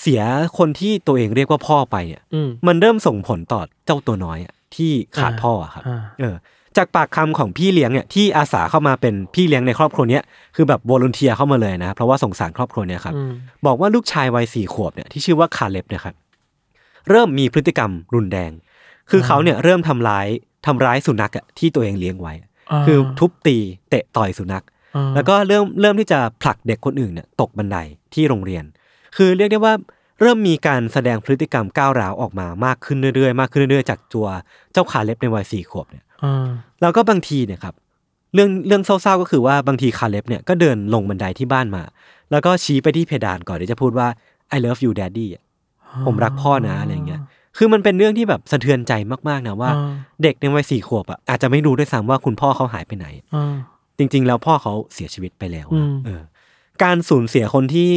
Speaker 1: เสียคนที่ตัวเองเรียกว่าพ่อไปเนี่ย
Speaker 2: อืม
Speaker 1: มันเริ่มส่งผลต่อเจ้าตัวน้อยอะที่ขาดพ่ออะครับ
Speaker 2: อ่า
Speaker 1: เออจากปากคำของพี่เลี้ยงเนี่ยที่อาสาเข้ามาเป็นพี่เลี้ยงในครอบครัวเนี้ยคือแบบวอลุนเทียเข้ามาเลยนะเพราะว่าสงสารครอบครัวเนี้ยครับ
Speaker 2: อืม
Speaker 1: บอกว่าลูกชายวัยสี่ขวบเนี่ยที่ชื่อว่าคาเล็บเนี่ยครับเริ่มมีพฤติกรรมรุนแรง คือเขาเนี่ยเริ่มทำร้ายทำร้ายสุนัขอะที่ตัวเองเลี้ยงไว้อะคือทุบตีเตะต่อยสุนัข
Speaker 2: อ่า
Speaker 1: แล้วก็เริ่มเริ่มที่จะผลักเด็กคนอื่นเนี่ยตกบันไดที่โรงเรียน คือเรียกได้ว่าเริ่มมีการแสดงพฤติกรรมก้าวร้าวออกมามากขึ้นเรื่อยๆ มากขึ้นเรื่อยๆ จากตัวเจ้าคาเล็บในวัยสี่ขวบเนี่ย
Speaker 2: อ่า
Speaker 1: แล้วก็บางทีเนี่ยครับเรื่องเรื่องเศร้าๆก็คือว่าบางทีคาเล็บเนี่ยก็เดินลงบันไดที่บ้านมา แล้วก็ชี้ไปที่เพดานก่อนที่จะพูดว่า I love you daddy อะผมรักพ่อนะอะไรอย่างเงี้ยคือมันเป็นเรื่องที่แบบสะเทือนใจมากๆนะว่า
Speaker 2: อ่
Speaker 1: เด็กในวัยสี่ขวบอ่ะอาจจะไม่รู้ด้วยซ้ำว่าคุณพ่อเขาหายไปไหน
Speaker 2: อ่า
Speaker 1: จริง ๆ แล้วพ่อเขาเสียชีวิตไปแล้ว
Speaker 2: อื
Speaker 1: นะ
Speaker 2: ม
Speaker 1: เออการสูญเสียคนที่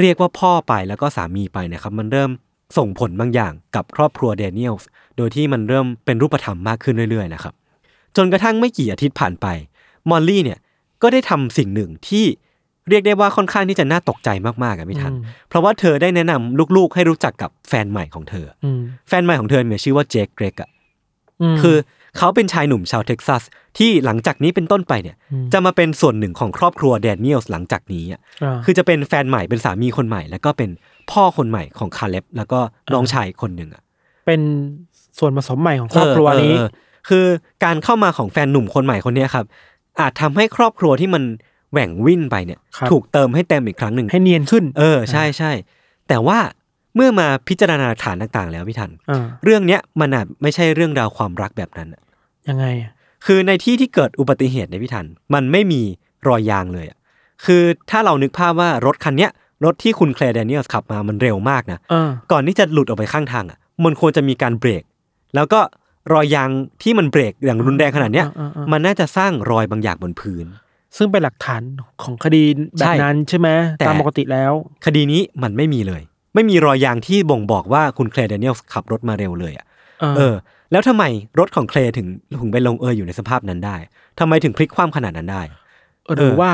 Speaker 1: เรียกว่าพ่อไปแล้วก็สามีไปเนะครับ มันเริ่มส่งผลบางอย่างกับครอบครัวเดเนียลส์โดยที่มันเริ่มเป็นรูปธรรมมากขึ้นเรื่อยๆนะครับ จนกระทั่งไม่กี่อาทิตย์ผ่านไป มอลลี่เนี่ยก็ได้ทำสิ่งหนึ่งที่เรียกได้ว่าค่อนข้างที่จะน่าตกใจมากๆอะพี่ทัน เพราะว่าเธอได้แนะนำลูกๆ ให้รู้จักกับแฟนใหม่ของเธอ
Speaker 2: อืม
Speaker 1: แฟนใหม่ของเธอมีชื่อว่าเจคเกรกอะ
Speaker 2: ม
Speaker 1: คือเขาเป็นชายหนุ่มชาวเท็กซัส ที่หลังจากนี้เป็นต้นไปเนี่ย
Speaker 2: อืม
Speaker 1: จะมาเป็นส่วนหนึ่งของครอบครัวแดเนียลส์หลังจากนี้อะ
Speaker 2: อา
Speaker 1: คือจะเป็นแฟนใหม่เป็นสามีคนใหม่ แล้วก็เป็นพ่อคนใหม่ของคาเล็บแล้วก็น้องชายคนหนึ่งอ่ะ
Speaker 2: เป็นส่วนผสมใหม่ของครอบครัวนี้
Speaker 1: เออเออเออคือการเข้ามาของแฟนหนุ่มคนใหม่คนเนี้ยครับ อาจทำให้ครอบครัวที่มันแหว่งวิ่นไปเนี่ย
Speaker 2: ครับ
Speaker 1: ถูกเติมให้เต็มอีกครั้งหนึ่ง
Speaker 2: ให้เนียนขึ้น
Speaker 1: เออใช่ใช่แต่ว่าเมื่อมาพิจารณาฐานต่างๆ แล้วพี่ทัน
Speaker 2: อ่า
Speaker 1: เรื่องเนี้ยมันอาจไม่ใช่เรื่องราวความรักแบบนั้นอะ
Speaker 2: ยังไงอ่ะ
Speaker 1: คือในที่ที่เกิดอุบัติเหตุในยพี่ทัน มันไม่มีรอยยางเลยอะคือถ้าเรานึกภาพว่ารถคันเนี้ยรถที่คุณแคลร์แดเนียลขับมามันเร็วมากนะ
Speaker 2: อ่า
Speaker 1: ก่อนที่จะหลุดออกไปข้างทางอ่ะ มันควรจะมีการเบรก แล้วก็รอยยางที่มันเบรกอย่างรุนแรงขนาดเนี้ย
Speaker 2: อ่าอ่า
Speaker 1: มันน่าจะสร้างรอยบางอย่างบนพื้น
Speaker 2: ซึ่งเป็นหลักฐานของคดีแบบนั้นใช่ไหม
Speaker 1: แต่
Speaker 2: ตามปกติแล้ว
Speaker 1: คดีนี้มันไม่มีเลย ไม่มีรอยยางที่บ่งบอกว่าคุณเคลเดเนียลขับรถมาเร็วเลยอ่ะ
Speaker 2: เออ
Speaker 1: เออ แล้วทำไมรถของเคลถึงถึงไปลงเอยอยู่ในสภาพนั้นได้ทำไมถึงพลิกคว่ำขนาดนั้นได้
Speaker 2: หรือว่า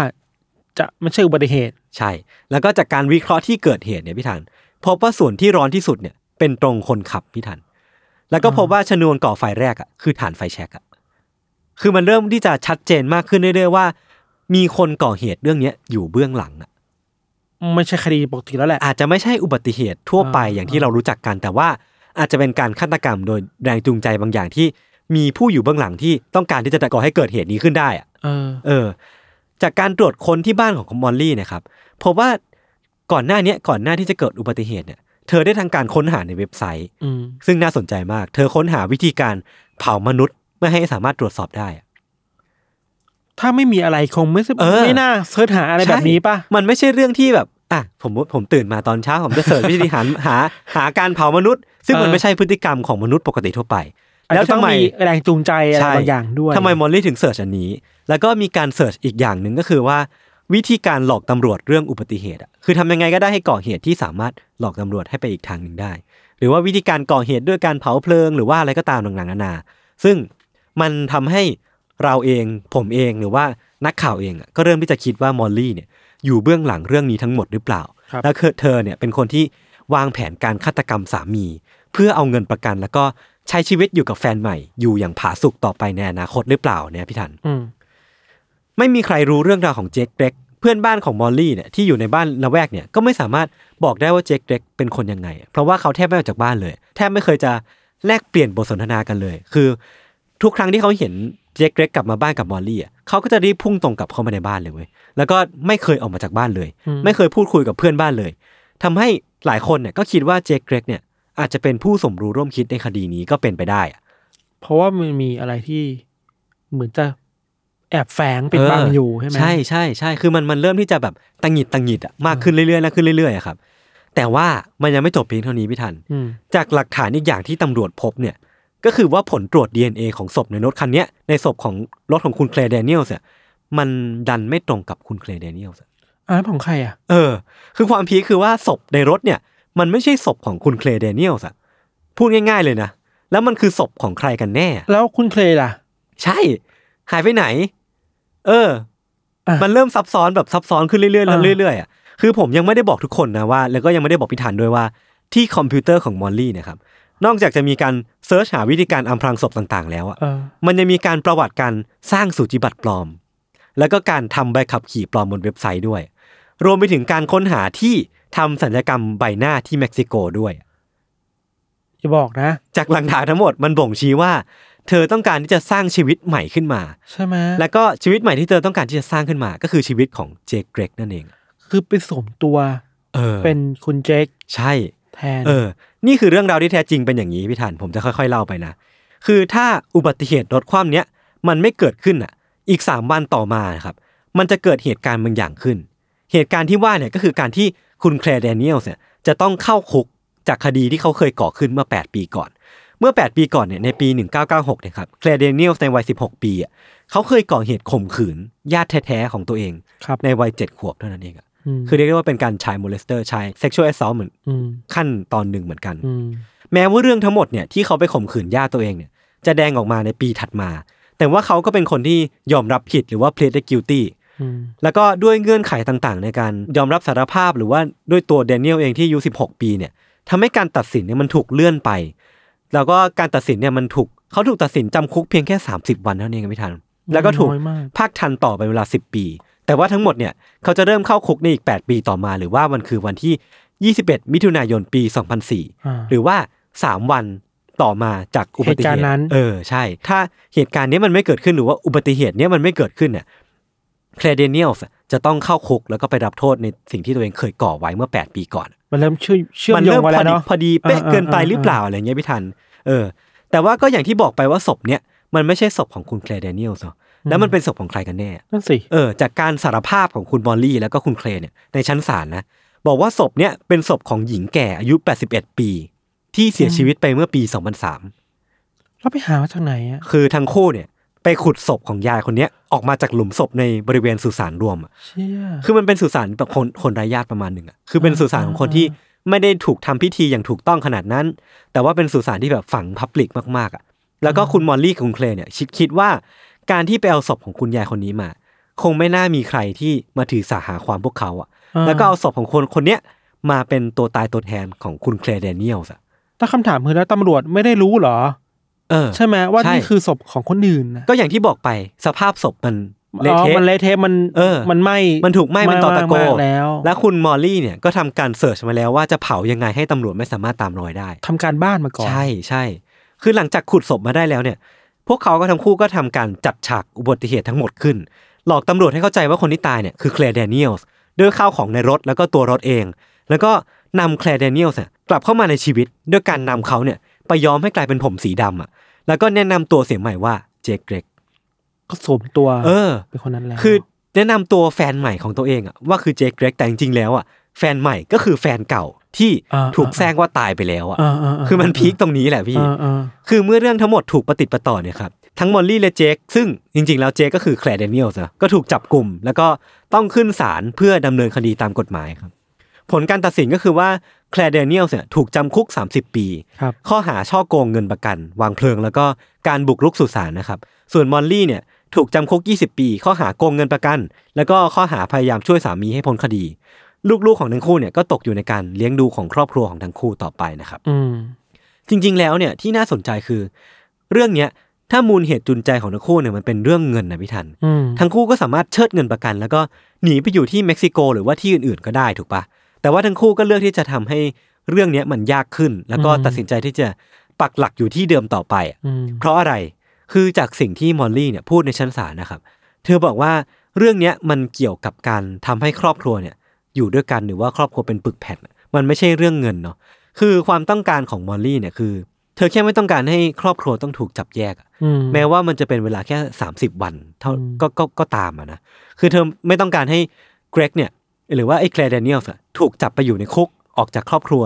Speaker 2: จะไม่ใช่อุบัติเหตุ
Speaker 1: ใช่ แล้วก็จากการวิเคราะห์ที่เกิดเหตุเนี่ยพี่ทันพบว่าส่วนที่ร้อนที่สุดเนี่ยเป็นตรงคนขับพี่ทัน แล้วก็พบว่าชนวนก่อไฟแรกอ่ะคือฐานไฟแช็กอ่ะ คือมันเริ่มที่จะชัดเจนมากขึ้นเรื่อยๆว่า มีคนก่อเหตุเรื่องเนี้ยอยู่เบื้องหลังอ่ะ
Speaker 2: ไม่ใช่คดีปกติแล้วแหละ
Speaker 1: อาจจะไม่ใช่อุบัติเหตุทั่วไปอย่างที่เรารู้จักกัน แต่ว่าอาจจะเป็นการฆาตกรรมโดยแรงจูงใจบางอย่างที่มีผู้อยู่เบื้องหลังที่ต้องการที่จะก่อให้เกิดเหตุนี้ขึ้นได้อ่ะ
Speaker 2: เออ
Speaker 1: เออจากการตรวจค้นที่บ้านของมอลลี่เนะครับพบว่าก่อนหน้าเนี้ยก่อนหน้าที่จะเกิดอุบัติเหตุเนี่ยเธอได้ทำการค้นหาในเว็บไซต์
Speaker 2: อืม
Speaker 1: ซึ่งน่าสนใจมาก เธอค้นหาวิธีการเผามนุษย์ไม่ให้สามารถตรวจสอบได้อะ
Speaker 2: ถ้าไม่มีอะไรคงไม่
Speaker 1: เออ
Speaker 2: ไม่น่าเสิร์ชหาอะไรแบบนี้ป่ะ
Speaker 1: ใช่มันไม่ใช่เรื่องที่แบบอ่ะผมผมตื่นมาตอนเช้าผมจะเสิร์ช (laughs) วิธีหาหาหาการเผามนุษย์ ซึ่งมัน
Speaker 2: เออ
Speaker 1: ไม่ใช่พฤติกรรมของมนุษย์ปกติทั่วไป
Speaker 2: อาจจะต้องมีแรงจูงใจอะไร
Speaker 1: ใช่
Speaker 2: บางอย่างด้วย
Speaker 1: ทำไมมอลลี่ถึงเสิร์ชอันนี้ แล้วก็มีการเสิร์ชอีกอย่างหนึ่งก็คือว่า วิธีการหลอกตำรวจเรื่องอุบัติเหตุอะคือทำยังไงก็ได้ให้ก่อเหตุที่สามารถหลอกตำรวจให้ไปอีกทางหนึ่งได้ หรือว่าวิธีการก่อเหตุด้วยการเผาเพลิง หรือว่าอะไรก็ตามต่างๆนานา ซึ่งมันทำให้เราเองผมเองหรือว่านักข่าวเองอะก็เริ่มที่จะคิดว่ามอลลี่เนี่ยอยู่เบื้องหลังเรื่องนี้ทั้งหมดหรือเปล่า
Speaker 2: ครับ
Speaker 1: แล้วเธอเนี่ยเป็นคนที่วางแผนการฆาตกรรมสามี เพื่อเอาเงินประกัน แล้วก็ใช้ชีวิตอยู่กับแฟนใหม่ อยู่อย่างผาสุกต่อไปในอนาคตหรือเปล่าเนี่ยพี่ทัน
Speaker 2: อืม
Speaker 1: ไม่มีใครรู้เรื่องราวของเจคเกรกเพื่อนบ้านของมอลลี่เนี่ยที่อยู่ในบ้านละแวกเนี่ยก็ไม่สามารถบอกได้ว่าเจคเกรกเป็นคนยังไง เพราะว่าเขาแทบไม่ออกจากบ้านเลย แทบไม่เคยจะแลกเปลี่ยนบทสนทนากันเลย คือทุกครั้งที่เขาเห็นเจคเกรกกลับมาบ้านกับมอลลี่อ่ะเขาก็จะรีบพุ่งตรงกลับเข้ามาในบ้านเลยเว้ยแล้วก็ไม่เคยออกมาจากบ้านเลย
Speaker 2: อืม
Speaker 1: ไม่เคยพูดคุยกับเพื่อนบ้านเลยทำให้หลายคนเนี่ยก็คิดว่าเจคเกรกเนี่ยอาจจะเป็นผู้สมรู้ร่วมคิดในคดีนี้ก็เป็นไปได้อะ
Speaker 2: เพราะว่ามันมีอะไรที่เหมือนจะแอบแฝงปิดบัง
Speaker 1: เ
Speaker 2: อยู่ใช่ไหม
Speaker 1: ใช่ใช่ใช่คือมันมันเริ่มที่จะแบบตังหงิดตังหงิดอะมากขึ้นเรื่อยๆนะขึ้นเรื่อยๆอะครับ แต่ว่ามันยังไม่จบเพียงเท่านี้พี่ทัน
Speaker 2: อืม
Speaker 1: จากหลักฐานอีกอย่างที่ตำรวจพบเนี่ย ก็คือว่าผลตรวจ DNA ของศพในรถคันเนี้ยในศพของรถของคุณเคลเดเนียลส์เนี่ยมันดันไม่ตรงกับคุณเคลเดเนียลส์อะ
Speaker 2: อันนั้นของใครอ่ะ
Speaker 1: เออ คือความพีคคือว่าศพในรถเนี่ย มันไม่ใช่ศพของคุณเคลเดเนียลส์อะพูดง่าย ๆเลยนะแล้วมันคือศพของใครกันแน่
Speaker 2: แล้วคุณเคลย์ล่ะ
Speaker 1: ใช่ หายไปไหน เออ
Speaker 2: อ่ะ
Speaker 1: มันเริ่มซับซ้อนแบบซับซ้อนขึ้นเรื่อยๆแล้ว
Speaker 2: อ่ะ
Speaker 1: เรื่อยๆอ่ะคือผมยังไม่ได้บอกทุกคนนะว่า แล้วก็ยังไม่ได้บอกพิธันด้วยว่าที่คอมพิวเตอร์ของมอลลี่เนะครับ นอกจากจะมีการเซิร์ชหาวิธีการอำพรางศพต่างๆแล้วอ่ะ
Speaker 2: เออ
Speaker 1: มันยังมีการประวัติการสร้างสูจิบัตรปลอม แล้วก็การทำใบขับขี่ปลอมบนเว็บไซต์ด้วย รวมไปถึงการค้นหาที่ทำสัญญกรรมใบหน้าที่เม็กซิโกด้วย
Speaker 2: อย่าบอกนะ
Speaker 1: จากหลักฐานทั้งหมดมันบ่งชี้ว่า เธอต้องการที่จะสร้างชีวิตใหม่ขึ้นมา
Speaker 2: ใช่ไหม
Speaker 1: แล้วก็ชีวิตใหม่ที่เธอต้องการที่จะสร้างขึ้นมาก็คือชีวิตของเจคเกรกนั่นเอง
Speaker 2: คือไปสวมตัว
Speaker 1: เออ
Speaker 2: เป็นคุณเจค
Speaker 1: ใช่
Speaker 2: แทน
Speaker 1: เออ นี่คือเรื่องราวที่แท้จริงเป็นอย่างนี้พี่ทันผมจะค่อยๆเล่าไปนะ คือถ้าอุบัติเหตุรถคว่ำเนี้ยมันไม่เกิดขึ้นอ่ะ อีกสามวันต่อมานะครับ มันจะเกิดเหตุการณ์บางอย่างขึ้น เหตุการณ์ที่ว่าเนี่ยก็คือการที่คุณแคลร์แดเนียลส์เนี่ยจะต้องเข้าคุกจากคดีที่เขาเคยก่อขึ้นเมื่อ 8 ปีก่อน เมื่อ 8 ปีก่อนเนี่ยในปี 1996เนะครับแคลร์แดเนียลส์ในวัย 16 ปีอ่ะเขาเคยก่อเหตุข่มขืนญาติแท้ๆของตัวเอง
Speaker 2: ครับ
Speaker 1: ในวัย 7 ขวบเท่านั้นเองอะ
Speaker 2: ม
Speaker 1: คือเรียกได้ว่าเป็นการชาย molester ชาย sexual assault เหมือน
Speaker 2: ม
Speaker 1: ขั้นตอนหนึ่งเหมือนกัน
Speaker 2: อืม
Speaker 1: แม้ว่าเรื่องทั้งหมดเนี่ยที่เขาไปข่มขืนย่าตัวเองเนี่ยจะแดงออกมาในปีถัดมา แต่ว่าเขาก็เป็นคนที่ยอมรับผิดหรือว่า plead guilty
Speaker 2: อืม
Speaker 1: แล้วก็ด้วยเงื่อนไขต่างๆ ในการยอมรับสารภาพหรือว่าด้วยตัวแดเนียลเองที่อายุ 16 ปีเนี่ยทำให้การตัดสินเนี่ยมันถูกเลื่อนไป แล้วก็การตัดสินเนี่ยมันถูกเขาถูกตัดสินจำคุกเพียงแค่ 30 วันเท่านั้นเองครับพี่ทันแล้วก็ถูก
Speaker 2: น้อยมาก
Speaker 1: ภาคทันต่อไปเวลา 10 ปี แต่ว่าทั้งหมดเนี่ยเขาจะเริ่มเข้าคุกในอีก 8 ปีต่อมา หรือว่ามันคือวันที่ 21 มิถุนายนปี 2004
Speaker 2: อ่า
Speaker 1: หรือว่า 3 วันต่อมาจากอุบัติ
Speaker 2: เหตุ
Speaker 1: เห
Speaker 2: การ
Speaker 1: ตุ
Speaker 2: ณ์นั้น
Speaker 1: เออใช่ ถ้าเหตุการณ์เนี้ยมันไม่เกิดขึ้นหรือว่าอุบัติเหตุเนี้ยมันไม่เกิดขึ้นเนี่ยเครเดเนียลจะต้องเข้าคุกแล้วก็ไปรับโทษในสิ่งที่ตัวเองเคยก่อไว้เมื่อ 8 ปีก่อน
Speaker 2: มันเริ่มเชื่อเชื่อม
Speaker 1: มั
Speaker 2: โย
Speaker 1: เริ่
Speaker 2: ง
Speaker 1: ม
Speaker 2: มา
Speaker 1: พ
Speaker 2: แล้
Speaker 1: อ
Speaker 2: ว
Speaker 1: ดี
Speaker 2: เนาะ
Speaker 1: พอดีเป๊ะ
Speaker 2: อ่า
Speaker 1: เกินไป
Speaker 2: อ่า
Speaker 1: หรือเปล่าอะไรเงี้ยพี่ทัน เออ แต่ว่าก็อย่างที่บอกไปว่าศพเนี้ยมันไม่ใช่ศพของคุณแคลเดเนียลส์เนอะแล้วมันเป็นศพของใครกันแน่
Speaker 2: นั่นสิ
Speaker 1: เออจากการสารภาพของคุณบอลลี่แล้วก็คุณเคลเนี่ยในชั้นศาลนะบอกว่าศพเนี่ยเป็นศพของหญิงแก่อายุ 81 ปี ที่เสียชีวิตไปเมื่อปี 2003
Speaker 2: เราไปหามาจากไหนอ่ะ
Speaker 1: คือทั้งคู่เนี่ยไปขุดศพของยายคนเนี้ยออกมาจากหลุมศพในบริเวณสุสานรวมอะ
Speaker 2: เชี่ย
Speaker 1: คือมันเป็นสุสานแบบคนคนไร้ญาติประมาณหนึ่งอะคือเป็นสุสานของคนที่
Speaker 2: อ่
Speaker 1: ไม่ได้ถูกทำพิธีอย่างถูกต้องขนาดนั้น แต่ว่าเป็นสุสานที่แบบฝังพับลิกมากๆอะแล้วก็คุณมอลลี่กับคุณเคลเนี่ยคิดคิดว่าการที่ไปเอาศพของคุณยายคนนี้มา คงไม่น่ามีใครที่มาถือสาหาความพวกเขาอะ แล้วก็เอาศพของคนคนเนี้ยมาเป็นตัวตายตัวแทนของคุณเคลเดเนียลส์อะ
Speaker 2: ถ้าคำถามคือแล้วตำรวจไม่ได้รู้เหรอ
Speaker 1: เออ
Speaker 2: ใช่ไหมว่า
Speaker 1: ใช่
Speaker 2: นี่คือศพของคนอื่นนะ
Speaker 1: ก็อย่างที่บอกไปสภาพศพมันเละ
Speaker 2: อ๋อ
Speaker 1: เทะ
Speaker 2: มันเละเทะมัน
Speaker 1: เออ
Speaker 2: มันไหม
Speaker 1: มันถูกไหม้เป็นตอตะโก
Speaker 2: มากๆแล้ว
Speaker 1: และคุณมอลลี่เนี่ยก็ทำการเสิร์ชมาแล้วว่าจะเผายังไงให้ตำรวจไม่สามารถตามรอยได้
Speaker 2: ทำการบ้านมาก่อน
Speaker 1: ใช่ใช่ คือหลังจากขุดศพมาได้แล้วเนี่ย พวกเขาก็ทั้งคู่ก็ทำการจัดฉากอุบัติเหตุทั้งหมดขึ้น หลอกตำรวจให้เข้าใจว่าคนที่ตายเนี่ยคือแคลร์แดเนียลส์ด้วยข้าวของในรถแล้วก็ตัวรถเอง แล้วก็นำแคลร์แดเนียลส์เนี่ยกลับเข้ามาในชีวิต ด้วยการนำเขาเนี่ยไปย้อมให้กลายเป็นผมสีดำอ่ะ แล้วก็แนะนำตัวเสียงใหม่ว่าเจคเกรก
Speaker 2: ก็สวมตัว
Speaker 1: เออ
Speaker 2: เป็นคนนั้นแล้ว
Speaker 1: คือแนะนำตัวแฟนใหม่ของตัวเองอะว่าคือเจคเกรกแต่จริงๆแล้วอ่ะแฟนใหม่ก็คือแฟนเก่าที่ถูกแซงว่าตายไปแล้วอ่ะ
Speaker 2: าาา
Speaker 1: คือมันพีคตรงนี้แหละพี่
Speaker 2: อ่าอ่า
Speaker 1: คือเมื่อเรื่องทั้งหมดถูกประติดประต่อเนี่ยครับ ทั้งมอลลี่และเจคซึ่งจริงๆ แล้วเจคก็คือแคลเดเนียลส์นะก็ถูกจับกลุ่ม แล้วก็ต้องขึ้นศาลเพื่อดำเนินคดีตามกฎหมายครับ ผลการตัดสินก็คือว่าแคลเดเนียลส์เนี่ยถูกจำคุก 30 ปี
Speaker 2: ครับ
Speaker 1: ข้อหาช่อโกงเงินประกัน วางเพลิงแล้วก็การบุกรุกสุสานนะครับ ส่วนมอลลี่เนี่ยถูกจำคุก 20 ปี ข้อหาโกงเงินประกัน แล้วก็ข้อหาพยายามช่วยสามีให้พ้นคดี ลูกๆของทั้งคู่เนี่ยก็ตกอยู่ในการเลี้ยงดูของครอบครัวของทั้งคู่ต่อไปนะครับ
Speaker 2: อืม
Speaker 1: จริงๆ แล้วเนี่ยที่น่าสนใจคือ เรื่องเนี้ยถ้ามูลเหตุจูนใจของทั้งคู่เนี่ยมันเป็นเรื่องเงินนะพี่ทัน
Speaker 2: อืม
Speaker 1: ทั้งคู่ก็สามารถเชิดเงินประกัน แล้วก็หนีไปอยู่ที่เม็กซิโกหรือว่าที่อื่นๆก็ได้ถูกปะแต่ว่าทั้งคู่ก็เลือกที่จะทำให้เรื่องเนี้ยมันยากขึ้น แล้วก็ตัดสินใจที่จะปักหลักอยู่ที่เดิมต่อไปอะ
Speaker 2: อืม
Speaker 1: เพราะอะไร คือจากสิ่งที่มอลลี่เนี่ยพูดในชั้นศาลนะครับ เธอบอกว่าเรื่องเนี้ยมันเกี่ยวกับการทำให้ครอบครัวเนี่ยอยู่ด้วยกันหรือว่าครอบครัวเป็นปึกแผ่น มันไม่ใช่เรื่องเงินเนาะ คือความต้องการของมอลลี่เนี่ยคือ เธอแค่ไม่ต้องการให้ครอบครัวต้องถูกจับแยกอะ
Speaker 2: อืม
Speaker 1: แม้ว่ามันจะเป็นเวลาแค่ 30 วันเท่า
Speaker 2: อืม
Speaker 1: ก็ก็ก็ตามอะนะ คือเธอไม่ต้องการให้เกรกเนี่ยหรือว่าไอ้แคลเดเนียลส์อะถูกจับไปอยู่ในคุกออกจากครอบครัว